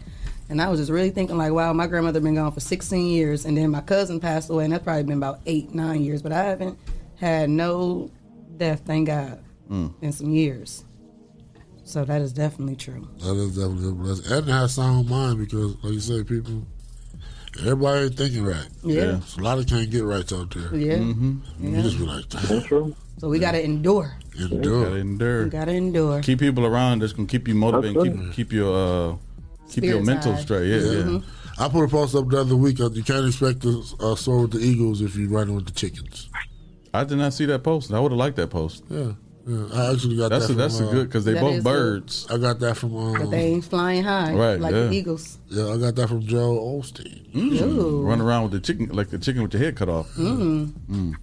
and I was just really thinking like, wow, my grandmother been gone for 16 years, and then my cousin passed away, and that's probably been about eight nine years, but I haven't had no death, thank God,
Mm.
in some years. So that is definitely true.
That is definitely a blessing. And to have sound mind because, like you said, people, everybody ain't thinking right.
Yeah. Yeah.
So a lot of can't get right out there.
Yeah. Mhm.
You
Yeah.
just be like, damn.
That's true.
So we gotta endure.
Endure.
Gotta endure.
We gotta endure.
Keep people around that's gonna keep you motivated.
That's
and Keep keep your uh, keep your
Spirits
mental
high.
straight. Yeah, yeah.
Mm-hmm. I put a post up the other week. uh, You can't expect to uh, soar with the eagles if you're running with the chickens.
I did not see that post. I would have liked that post.
Yeah. Yeah, I actually got
That's
that. uh,
a- that's a good- 'cause they That both is good. birds.
I got that from. Um,
But they ain't flying high
Right,
like
yeah.
the eagles.
yeah, I got that from Joe Olstein.
Ooh.
Run around with the chicken like the chicken with your head cut off.
Mm.
Mm.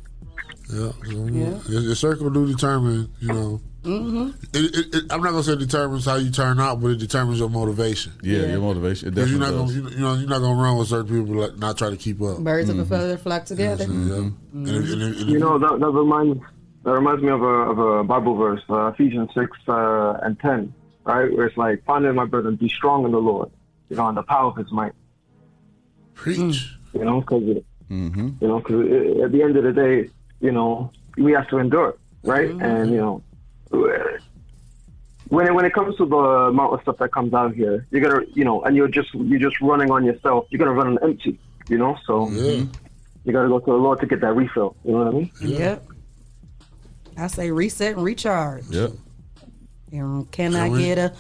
Yeah, so,
Yeah.
Your, your circle do determine, you know,
Mm-hmm.
It, it, it, I'm not gonna say it determines how you turn out, but it determines your motivation.
Yeah, your motivation. It
'Cause you're not gonna,
definitely
you know, you're not gonna run with certain people, like not try to keep up.
Birds
Mm-hmm.
of a feather flock together.
And if- and if- and if-
You know that that reminds that reminds me of a of a Bible verse, uh, Ephesians six uh, and ten, right? Where it's like, "Find it, my brethren, be strong in the Lord, you know, in the power of His might."
Preach.
You know, because you know, because at the end of the day, you know, we have to endure, right? And you know,
Mm-hmm.
when it, when it comes to the amount of stuff that comes out here, you're gonna, you know, and you're just you're just running on yourself. You're gonna run on empty, you know. So you gotta go to the Lord to get that refill. You know what I mean?
Yep. I say reset and recharge.
Yep.
And can I
Can we-
get a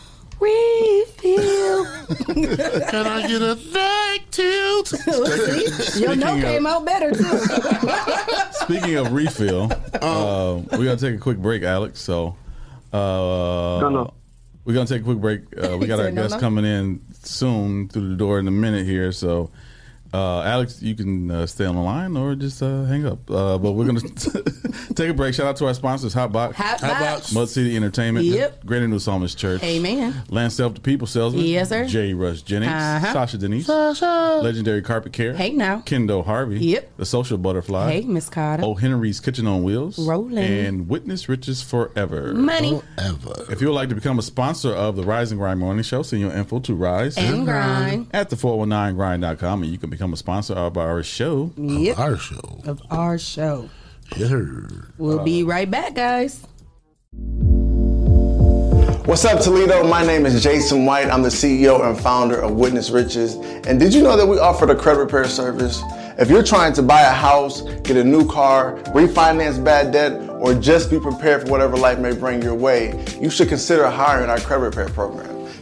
refill?
can I get a thank you?
See, your note
Speaking
came out better too.
Speaking of refill,
Uh-huh.
uh, we're gonna take a quick break, Alex. So, uh,
No, no.
we're gonna take a quick break. Uh, we
He
got our
said no,
guest
no.
coming in soon through the door in a minute here. So, uh, Alex, you can uh, stay on the line or just uh, hang up. Uh, but we're gonna take a break. Shout out to our sponsors, Hotbox,
Hot Hot Box. Box.
Mud City Entertainment,
Yep.
Greater New Psalmist Church,
Amen.
Lance Self, the People Salesman,
Yes, sir.
J. Rush Jennings,
Uh-huh.
Sasha Denise,
Sasha.
Legendary Carpet Care,
Hey, now.
Kendo Harvey,
Yep.
the Social Butterfly,
Hey, Miss Carter.
Oh, Henry's Kitchen on Wheels.
Rolling.
And Witness Riches Forever.
Money.
Forever. If you would like to become a sponsor of the Rise and Grind Morning Show, send your info to Rise
And Grind.
at the419grind.com and you can become a sponsor of our show.
Yep.
Our show.
Of our show.
Yeah.
We'll
Uh,
be right back, guys.
What's up, Toledo? My name is Jason White. I'm the CEO and founder of Witness Riches. And did you know that we offer the credit repair service? If you're trying to buy a house, get a new car, refinance bad debt, or just be prepared for whatever life may bring your way, you should consider hiring our credit repair program.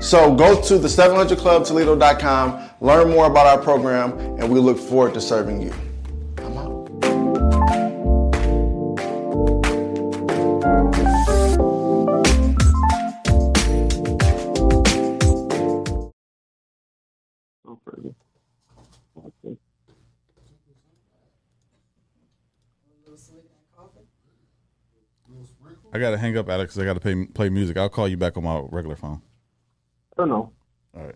So go to the 700clubtoledo.com, learn more about our program, and we look forward to serving you.
I got to hang up, Alex, 'cause I got to pay, play music. I'll call you back on my regular phone.
No, no.
All right.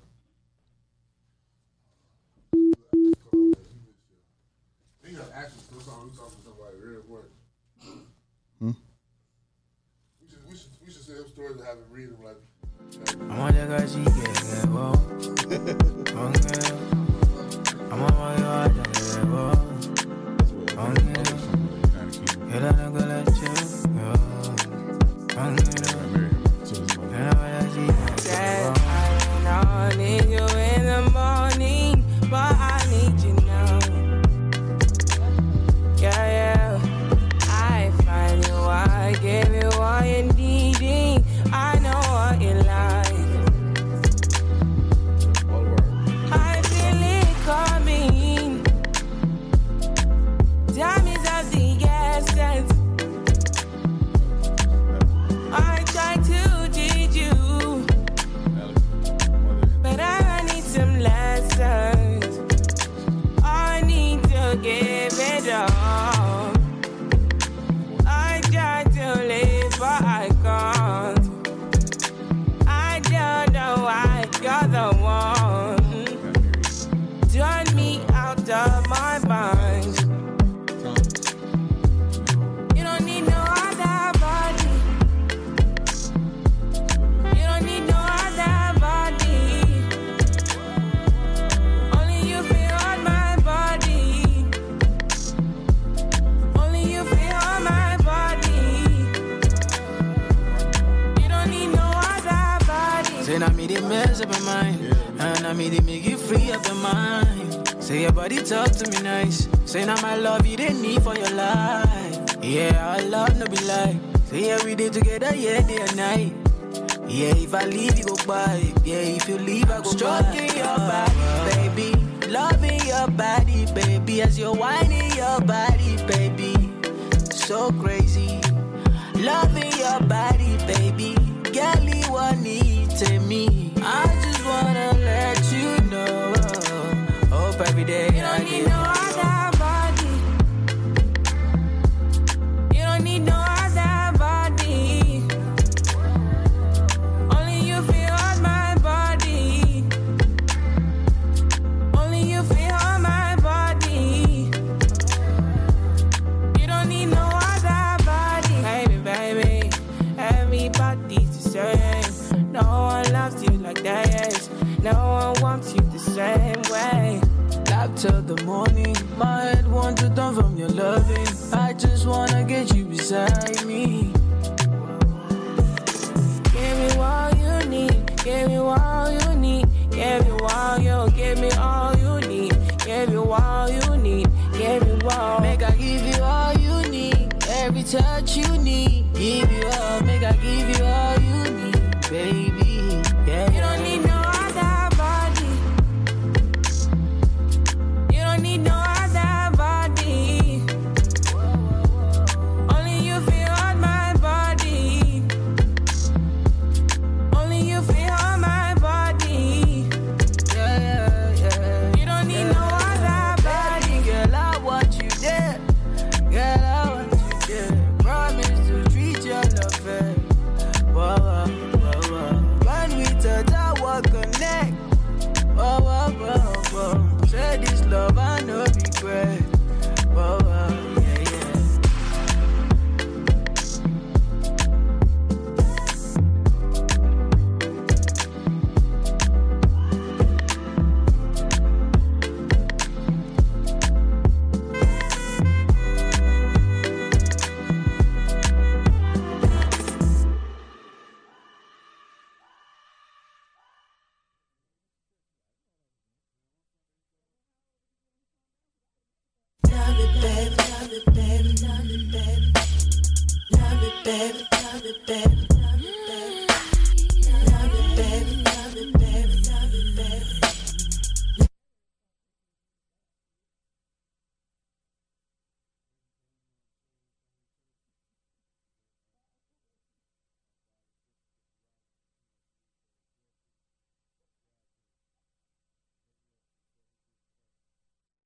We should say them stories that haven't read them, like
I want that guy she get it, bro. Okay. I'm on my yard, I get it, bro. Okay. You let her go let you go. Okay. And I want that she get it, bro.
I need you in the morning, but I need you now. Yeah, yeah. I find you, I give you all you needing. I know what you like. I feel it coming. Diamonds of the essence. I try to teach you. But I need some lessons. I need to give it all. I try to live, but I can't. I don't know why you're the one. Turn me out of my mind. You don't need no other body. You don't need no other body. Only you feel on my body. Only you feel on my body. You don't need no other body.
Say now me they mess up my mind And now me they make you free up your mind Say your body talk to me nice Say now my love you didn't need for your life Yeah, our love no be like Say yeah we did together, yeah, day and night
Yeah, if I leave, you go by. Yeah, if you leave, I go Stroking your back, baby. Loving your body, baby. As you're whining your body, baby. So crazy. Loving your body, baby. Girl, you want need to me. I just wanna let you know. Hope every day
You
I
don't
get
need no
you.
other body. You don't need no other body. Only you feel on my body. Only you feel on my body. You don't need no other body. Baby, baby, everybody's the same. No one loves you like that. No one wants you the same way.
Love till the morning. My head wants to turn from your loving. I just wanna get you beside me.
Give me all you need. Give me all you need. Give me all you. Give me all you need. Give you all you need. Give me all.
Make I give you all you need. Every touch you need. Give you all. Make I give you all you need, baby. Yeah.
You don't need no other body. You don't need no other body. Only you feel on my body. Only you feel on my body.
Yeah, yeah,
You don't need no other body.
Baby, girl, I want you there. Girl, I want you there. Promise to treat you love fair. Whoa, whoa, whoa, whoa. When we touch, I will connect. Whoa, whoa, whoa, whoa. Say this love, I no regret. Whoa, whoa, yeah, yeah.
Love it, baby, love it, baby, love it, baby. Love it, baby, love it, baby, love it, baby. Love it, baby, love it, baby, love it, baby.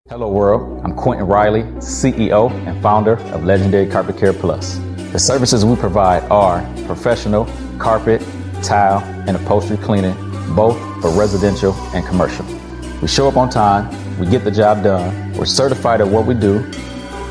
Hello, world. I'm Quentin Riley, CEO and founder of Legendary Carpet Care Plus. The services we provide are professional carpet, tile, and upholstery cleaning, both for residential and commercial. We show up on time, we get the job done, we're certified at what we do,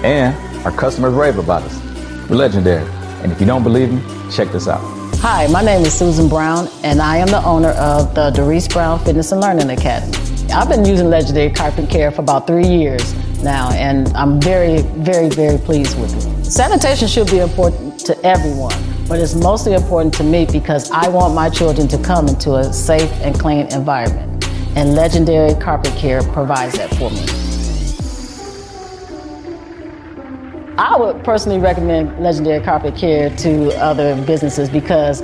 and our customers rave about us. We're legendary. And if you don't believe me, check this out.
Hi, my name is Susan Brown, and I am the owner of the Doris Brown Fitness and Learning Academy. I've been using Legendary Carpet Care for about three years now, and I'm very, very, very pleased with it. Sanitation should be important to everyone, but it's mostly important to me because I want my children to come into a safe and clean environment, and Legendary Carpet Care provides that for me. I would personally recommend Legendary Carpet Care to other businesses because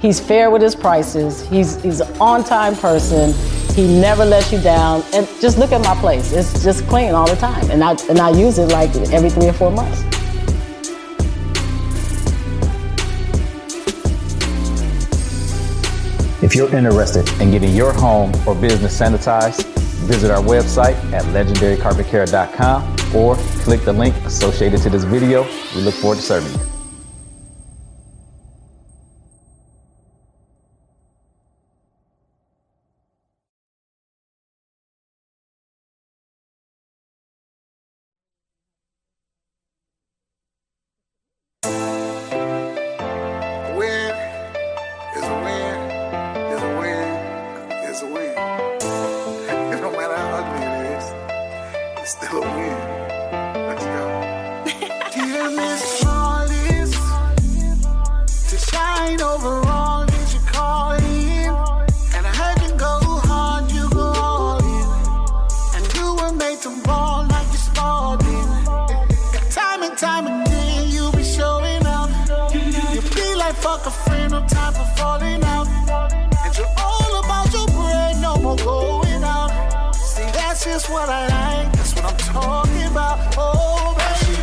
he's fair with his prices. He's he's an on-time person. He never lets you down. And just look at my place. It's just clean all the time. And I and I use it like every three or four months.
If you're interested in getting your home or business sanitized, visit our website at legendarycarpetcare.com or click the link associated to this video. We look forward to serving you.
Win is a win is a win is a win. It don't matter how ugly it is, it's still a win. Let's go. Dear Miss Molly, That's what I like. That's what I'm talking about. Oh,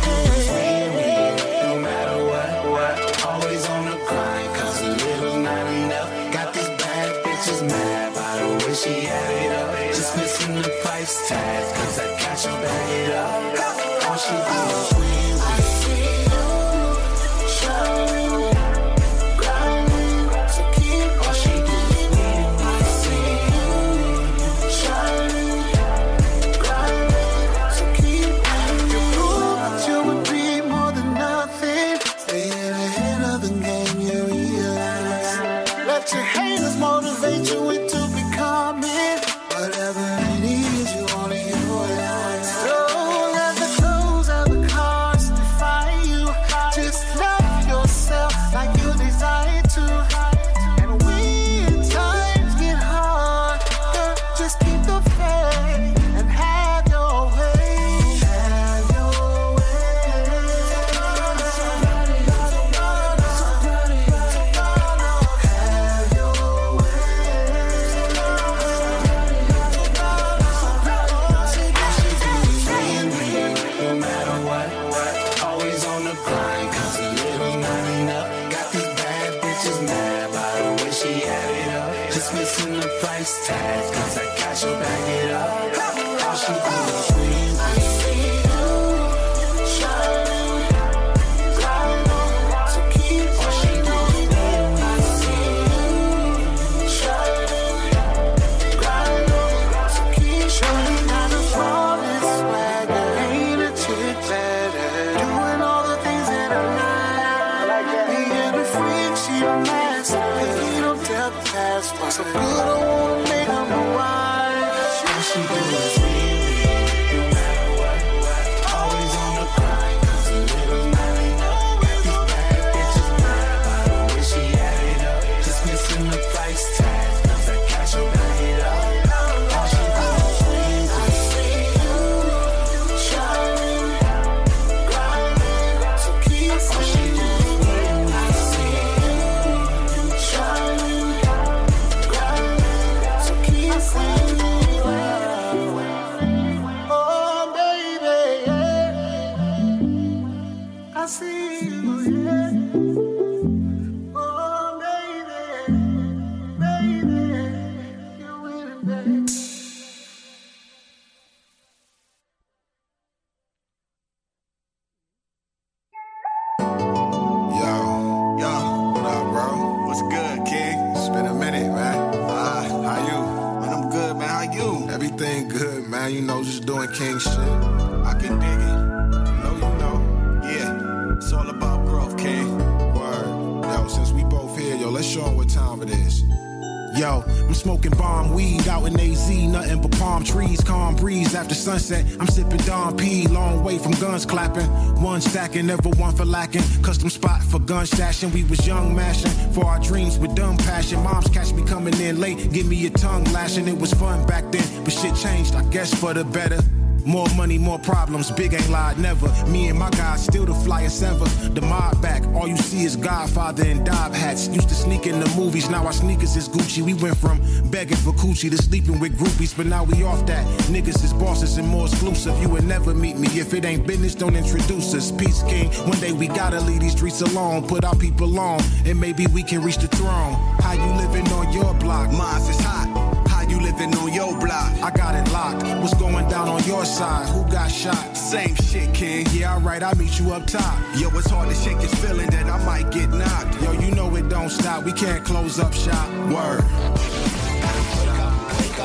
baby.
No matter what, what, always on the grind, cause a little's not enough. Got these bad bitches mad by the way she had it up. Just missing the price tag, cause I got you back it up. All she do is win,
I see you shining, grinding to keep
all she do is win.
I see you shining, grinding to keep. You prove that you would be more than nothing.
Stay ahead of the game, you realize.
Let your haters motivate you into becoming.
Whatever it is you wanna utilize.
So let the clothes of the cars define you. Just love yourself like you desire to. And when times get hard, girl, just keep the faith and have your way. Have your
No matter what, what, always on the grind, cause a little's not enough. Got these bad bitches mad by the way she had it up. Just missing the price tag, cause I got you back it up. All she do is win.
I see you shining, grinding to keep all she do is win. I see you shining, grinding to keep. Surely not a flawless swagger, ain't a chick better. Doing all the things that I like, being a freak, she a master. Ain't no depth past one, so good I wanna make her my wife.
All she do is win. No matter what, what, always on the grind, cause a little's not enough. Got these bad bitches mad by the way she had it up. Just missing the price tag, cause I got you back it up. All she do is win.
I see you shining, grinding to keep all she do is win. I see you shining, grinding to keep winning. Oh baby, yeah. I see you, yeah. Oh baby, baby, you're winning, baby.
Yo, yo, what up, bro? What's good, King? It's been a minute, man. Ah, how you? Man, I'm good, man. How you? Everything good, man. You know, just doing King shit. I can dig it. No, you know. Yeah, it's all about growth, King. Word. Yo, since we both here, yo, let's show 'em what time it is.
Yo, I'm smoking bomb weed out in AZ, nothing but palm trees, calm breeze after sunset. I'm sipping Don P, long way from guns clapping. One stacking, never one for lacking. Custom spot for gun stashing. We was young mashing for our dreams with dumb passion. Moms catch me coming in late, give me a tongue lashing. It was fun back then, but shit changed, I guess for the better. More money, more problems. Big ain't lied, never. Me and my guys still the flyest ever. The mob back, all you see is Godfather and Dob hats. Used to sneak in the movies, now our sneakers is Gucci. We went from begging for coochie to sleeping with groupies, but now we off that. Niggas is bosses and more exclusive. You would never meet me if it ain't business. Don't introduce us. Peace King. One day we gotta leave these streets alone. Put our people on, and maybe we can reach the throne. How you living on your block? Mines is hot. How you living on your block? I got it locked. What's going down on your side? Who got shot? Same shit, kid. Yeah, alright, I'll meet you up top. Yo, it's hard to shake this feeling that I might get knocked. Yo, you know it don't stop. We can't close up shop. Word.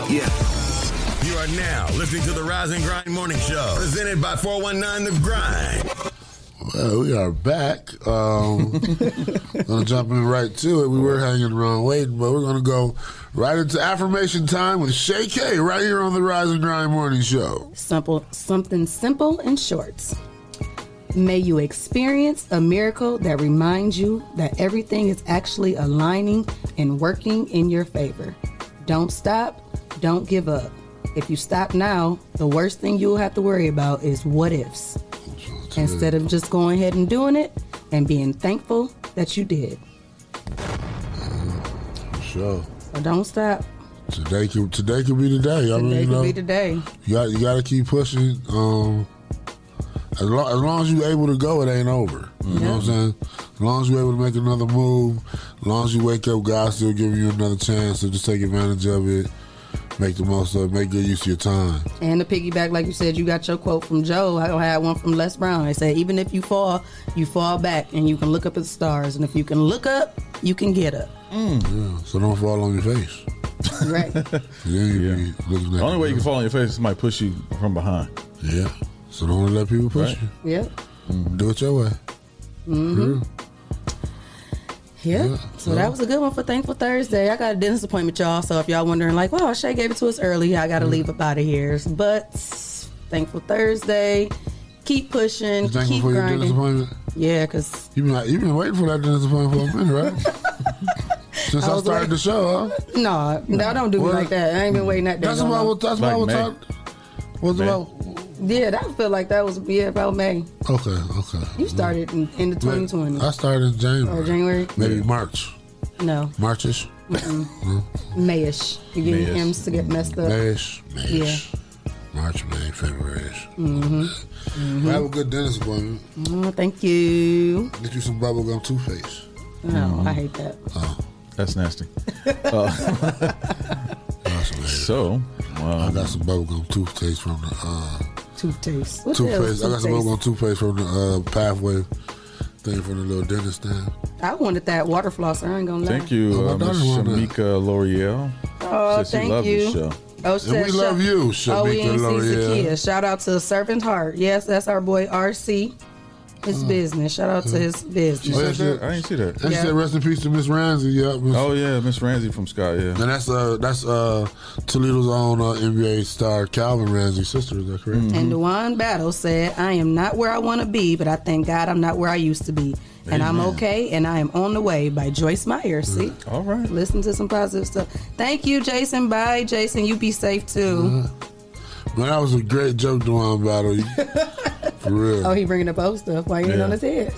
Yeah. You are now listening to the Rise and Grind Morning Show, presented by 419 The Grind.
Well, we are back. Um, gonna jump in right to it. We were hanging around waiting, but we're gonna go right into affirmation time with Shay K right here on the Rise and Grind Morning Show.
Simple, something simple and short. May you experience a miracle that reminds you that everything is actually aligning and working in your favor. Don't stop, don't give up. If you stop now, the worst thing you'll have to worry about is what ifs. Instead of just going ahead and doing it and being thankful that you did.
For sure.
So don't stop.
Today can today could be the day. I mean, uh,
Today
you know,
could be today.
you got you got to keep pushing. Um, as, lo- as long as you're able to go, it ain't over. You know what I'm saying? As long as you're able to make another move, as long as you wake up, God's still giving you another chance. So just take advantage of it. Make the most of it. Make good use of your time.
And the piggyback, like you said, you got your quote from Joe. I had one from Les Brown. They said, even if you fall, you fall back and you can look up at the stars. And if you can look up, you can get up.
Mm.
Yeah. So don't fall on your face.
Right.
Yeah, you be looking at
The only way you can fall on your face is somebody push you from behind.
Yeah. So don't let people push you.
Yep.
Mm-hmm.
Do it your way.
hmm
Yeah.
Yeah. So
Mm-hmm.
that was a good one for Thankful Thursday. I got a dentist appointment, y'all. So if y'all wondering, like, wow, Shay gave it to us early. I got
Mm-hmm.
to leave up out of here. But Thankful Thursday. Keep pushing.
You thankful
keep
for your dentist
grinding.
appointment?
Yeah, because
you been you been waiting for that dentist appointment for a minute, right? Since
I
I,
was
started the show, huh?
No, no, don't do me
What?
like that. I ain't been waiting that day.
That's about what- that's about Like what May. time- What's
May.
about?
Yeah, that felt like that was yeah about May.
Okay, okay.
You started in, in the
Maybe-
2020
I started in January.
or January?
Maybe March.
No,
Marchish.
Mm-mm.
No.
Mm-hmm. Mayish. You getting
Mm-hmm. Mayish. Mm-hmm.
M's to get messed up.
Mayish. Mayish.
Yeah.
March, May, February.
Mm-hmm.
Have a good dentist appointment.
Mm, thank you.
Get you some bubblegum toothpaste.
No, I hate that.
Oh.
That's nasty. Uh, so, wow.
I got some bubblegum toothpaste from the uh,
Toothpaste. What the hell is
toothpaste. I got some
toothpaste?
bubblegum toothpaste from the uh, pathway thing from the little dentist stand.
I wanted that water flosser. I ain't gonna lie.
Thank you,
Oh,
uh,
my daughter
Miss
wanted it.
Shamika L'Oreal.
Oh,
Says she
thank
loved
you.
this show.
Oh, she
And we
said-
love
shout-
you,
Oh, we
Shamika
ain't seen
L'Oreal.
Zakia. Shout out to Servant Heart. Yes, that's our boy RC.
Mm.
His business. Shout out to his
She
business.
said that-
I ain't see that.
And she
Yeah.
said, "Rest in peace to Miss Ramsey." Yeah. Miss-
Oh yeah, Miss Ramsey from Sky. Yeah.
And that's uh that's uh Toledo's own uh, NBA star Calvin Ramsey's sister. Is that correct?
Mm-hmm.
Uh-huh.
And Dewan Battle said, I am not where I want to be, but I thank God I'm not where I used to be. And I'm
Amen.
okay, and I am on the way by Joyce Meyer. See?
All right.
Listen to some positive stuff. Thank you, Jason. Bye, Jason. You be safe too.
Man, that was a great joke, Dewan Battle. You- For
Mm-hmm.
real.
Oh, he bringing up old stuff. Why you ain't
Yeah.
on his head?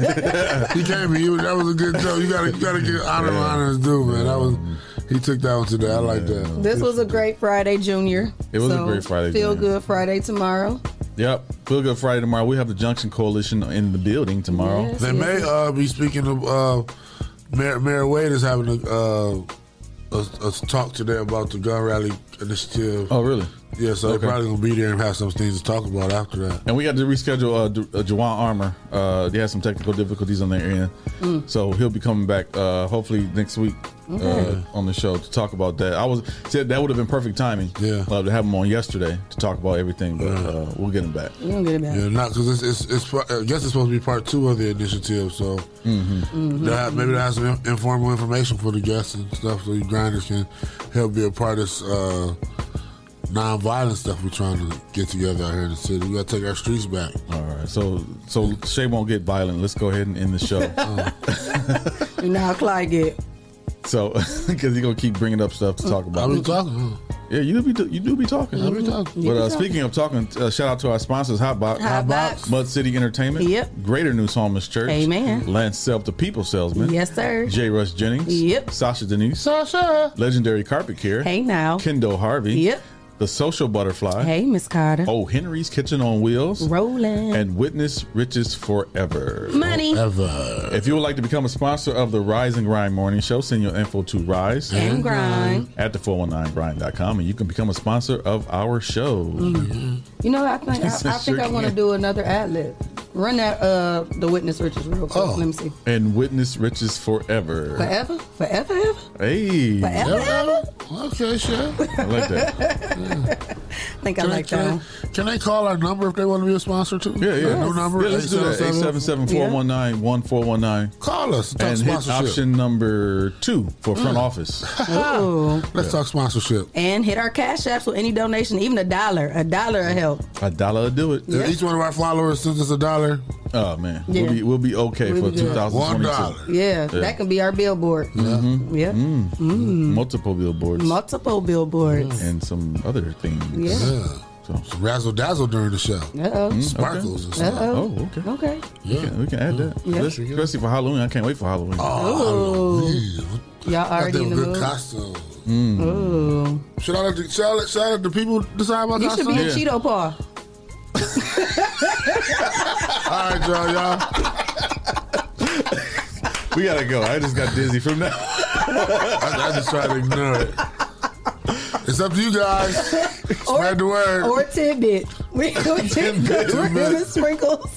he came here. That was a good joke. You gotta, you gotta get honor where honor is due, man. That was he took that one today. I like that.
This was a great Friday, Junior.
Oh, It was a
So,
great Friday,
Feel
Junior.
good Friday tomorrow.
Yep. Feel good Friday tomorrow. We have the Junction Coalition in the building tomorrow.
Yes,
They may uh, be speaking of uh, Mayor, Mayor Wade is having a, uh, a, a talk today about the gun rally initiative.
Oh, really?
Yeah, so
Okay.
they're probably gonna be there and have some things to talk about after that.
And we got to reschedule uh, D- uh, Jawan Armour. Uh, they had some technical difficulties on their end,
Mm.
so he'll be coming back uh, hopefully next week
Okay.
uh, on the show to talk about that. I was said that would have been perfect timing. Yeah, uh, to have him on yesterday to talk about everything, but uh, we'll get him back.
We don't get it back.
Yeah, not because it's, it's, it's I guess it's supposed to be part two of the initiative. So
Mm-hmm.
Mm-hmm.
they'll have- maybe they'll have some in- informal information for the guests and stuff, so you grinders can help be a part of this uh, nonviolent stuff we're trying to get together out here in the city. We got to take our streets back.
All right, so so Shay won't get violent. Let's go ahead and end the show.
You know how Clyde get.
So, because he's gonna keep bringing up stuff to talk about.
I be talking.
Yeah, you do be you do be talking.
I be talking.
But uh, speaking of talking, uh, shout out to our sponsors, Hot Box,
Hot Box.
Mud City Entertainment,
Yep.
Greater New Psalmist Church,
Amen.
Lance Self, the People Salesman,
Yes, sir.
J. Rush Jennings,
Yep.
Sasha Denise,
Sasha.
Legendary Carpet Care,
Hey now.
Kendo Harvey,
Yep.
The Social Butterfly,
Hey, Miss Carter.
Oh Henry's Kitchen on Wheels,
Rolling.
and Witness Riches Forever.
Money.
Forever.
If you would like to become a sponsor of the Rise and Grind Morning Show, send your info to Rise
And Grind.
at the 419grind.com and you can become a sponsor of our shows.
Mm-hmm. You know, I think I, I
Sure
think I want to
can.
do another ad lib. Run that uh the witness riches real quick. Oh.
Oh.
Let me see.
And witness riches forever.
Forever, forever, ever,
Hey.
forever, ever.
Okay, sure.
I like that.
I think I
Can
like
can
that. one.
I- Can they call our number if they want to be a sponsor too?
Yeah, yeah.
No number.
Yeah, let's do that.
877?
877-419-1419.
Call us. Talk
and hit
sponsorship.
option number two for front
Mm.
office.
Ooh.
Let's
Yeah.
talk sponsorship.
And hit our cash apps with any donation, even a dollar. A dollar will help.
A dollar will do it.
If each one of our followers sends us a dollar.
Oh man,
Yeah.
we'll be we'll be okay
We'll
for
be good.
2022.
$1.
Yeah, that can be our billboard.
Mm-hmm.
Yep. Mm.
Multiple billboards
Multiple billboards.
and some other things.
Yeah.
So.
razzle dazzle during the show.
Uh oh.
Mm,
Sparkles and
Uh
stuff.
Oh,
oh. Okay. Okay.
We, can, we can add that.
Yeah.
Oh,
Especially for Halloween. I can't wait for Halloween.
Oh. Y'all
Got
already
them
in the
good
mood.
costumes.
Mm.
Ooh.
Shout out to shout out, shout out to people decide about
You should
costumes.
be a Cheeto Paw.
All right, y'all, y'all.
We gotta go. I just got dizzy from that.
I, I just tried to ignore it. It's up to you guys. Spread the word.
Or tidbit. We go
Tidbit.
tidbit. We're giving sprinkles.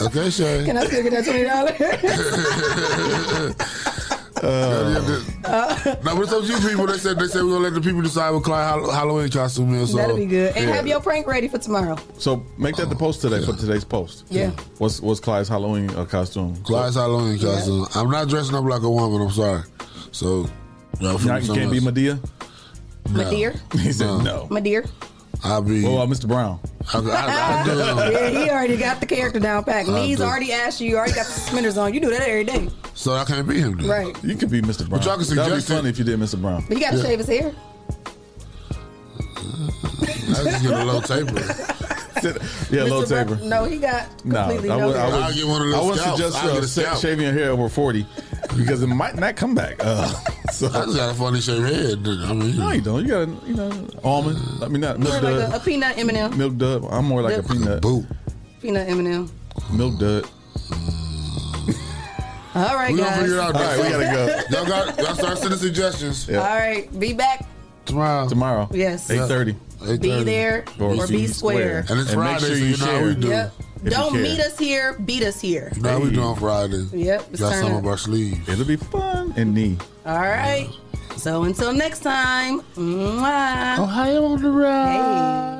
Okay, Shay.
Can I still get that twenty dollars?
no, Uh, what's up to you people? They said they said we're gonna let the people decide what Clyde Hall- Halloween costume is. So
That'll be good. And
Yeah.
have your prank ready for tomorrow.
So make that the post today for today's post.
Yeah.
What's what's Clyde's Halloween uh, costume?
Clyde's Halloween
Yeah.
costume. I'm not dressing up like a woman. I'm sorry. So y'all
Now
feel
you
so
can't be
much.
Medea.
My dear.
He said no.
My dear.
I'll be.
Oh, uh, Mr. Brown.
yeah, he already got the character down pat.
I
Knees
do.
already asked you. You already got the suspenders on. You do that every day.
So I can't be him. Then.
Right.
You could be Mr. Brown.
y'all can
That'd be
suggest it.
funny if you did Mr. Brown.
But he got to shave his hair.
I just get a low taper.
yeah, low
Mr. Bur-
taper.
No, he got
No, I
completely no.
would, I
hair.
would,
I'll get one of those
I would
scalps.
suggest
I'll
uh,
get a
sa-
scalp.
shaving your hair over forty because it might not come back. Uh, so
I just got a funny shaped head. I mean,
no, you don't. You got a you know almond. I mean, not
More
milk
like a, a
dud.
peanut M&M.
Milk dud. I'm more like a peanut.
Boo.
Peanut M&M.
Milk dud.
All right,
we gonna
guys.
figure it out.
All right, we gotta
go. Y'all got y'all start sending suggestions.
All right, be back.
Tomorrow.
Tomorrow.
Yes.
Eight thirty.
Be there or, be square.
And it's Friday, so you know how we do.
Yep.
If you
Don't
care.
meet us here. Beat us here.
Now we doing Friday.
Yep, it's
Got
turn
some
up.
of our sleeves.
It'll be fun and knee.
All right. So until next time. Mwah.
Ohio on the road.
Hey.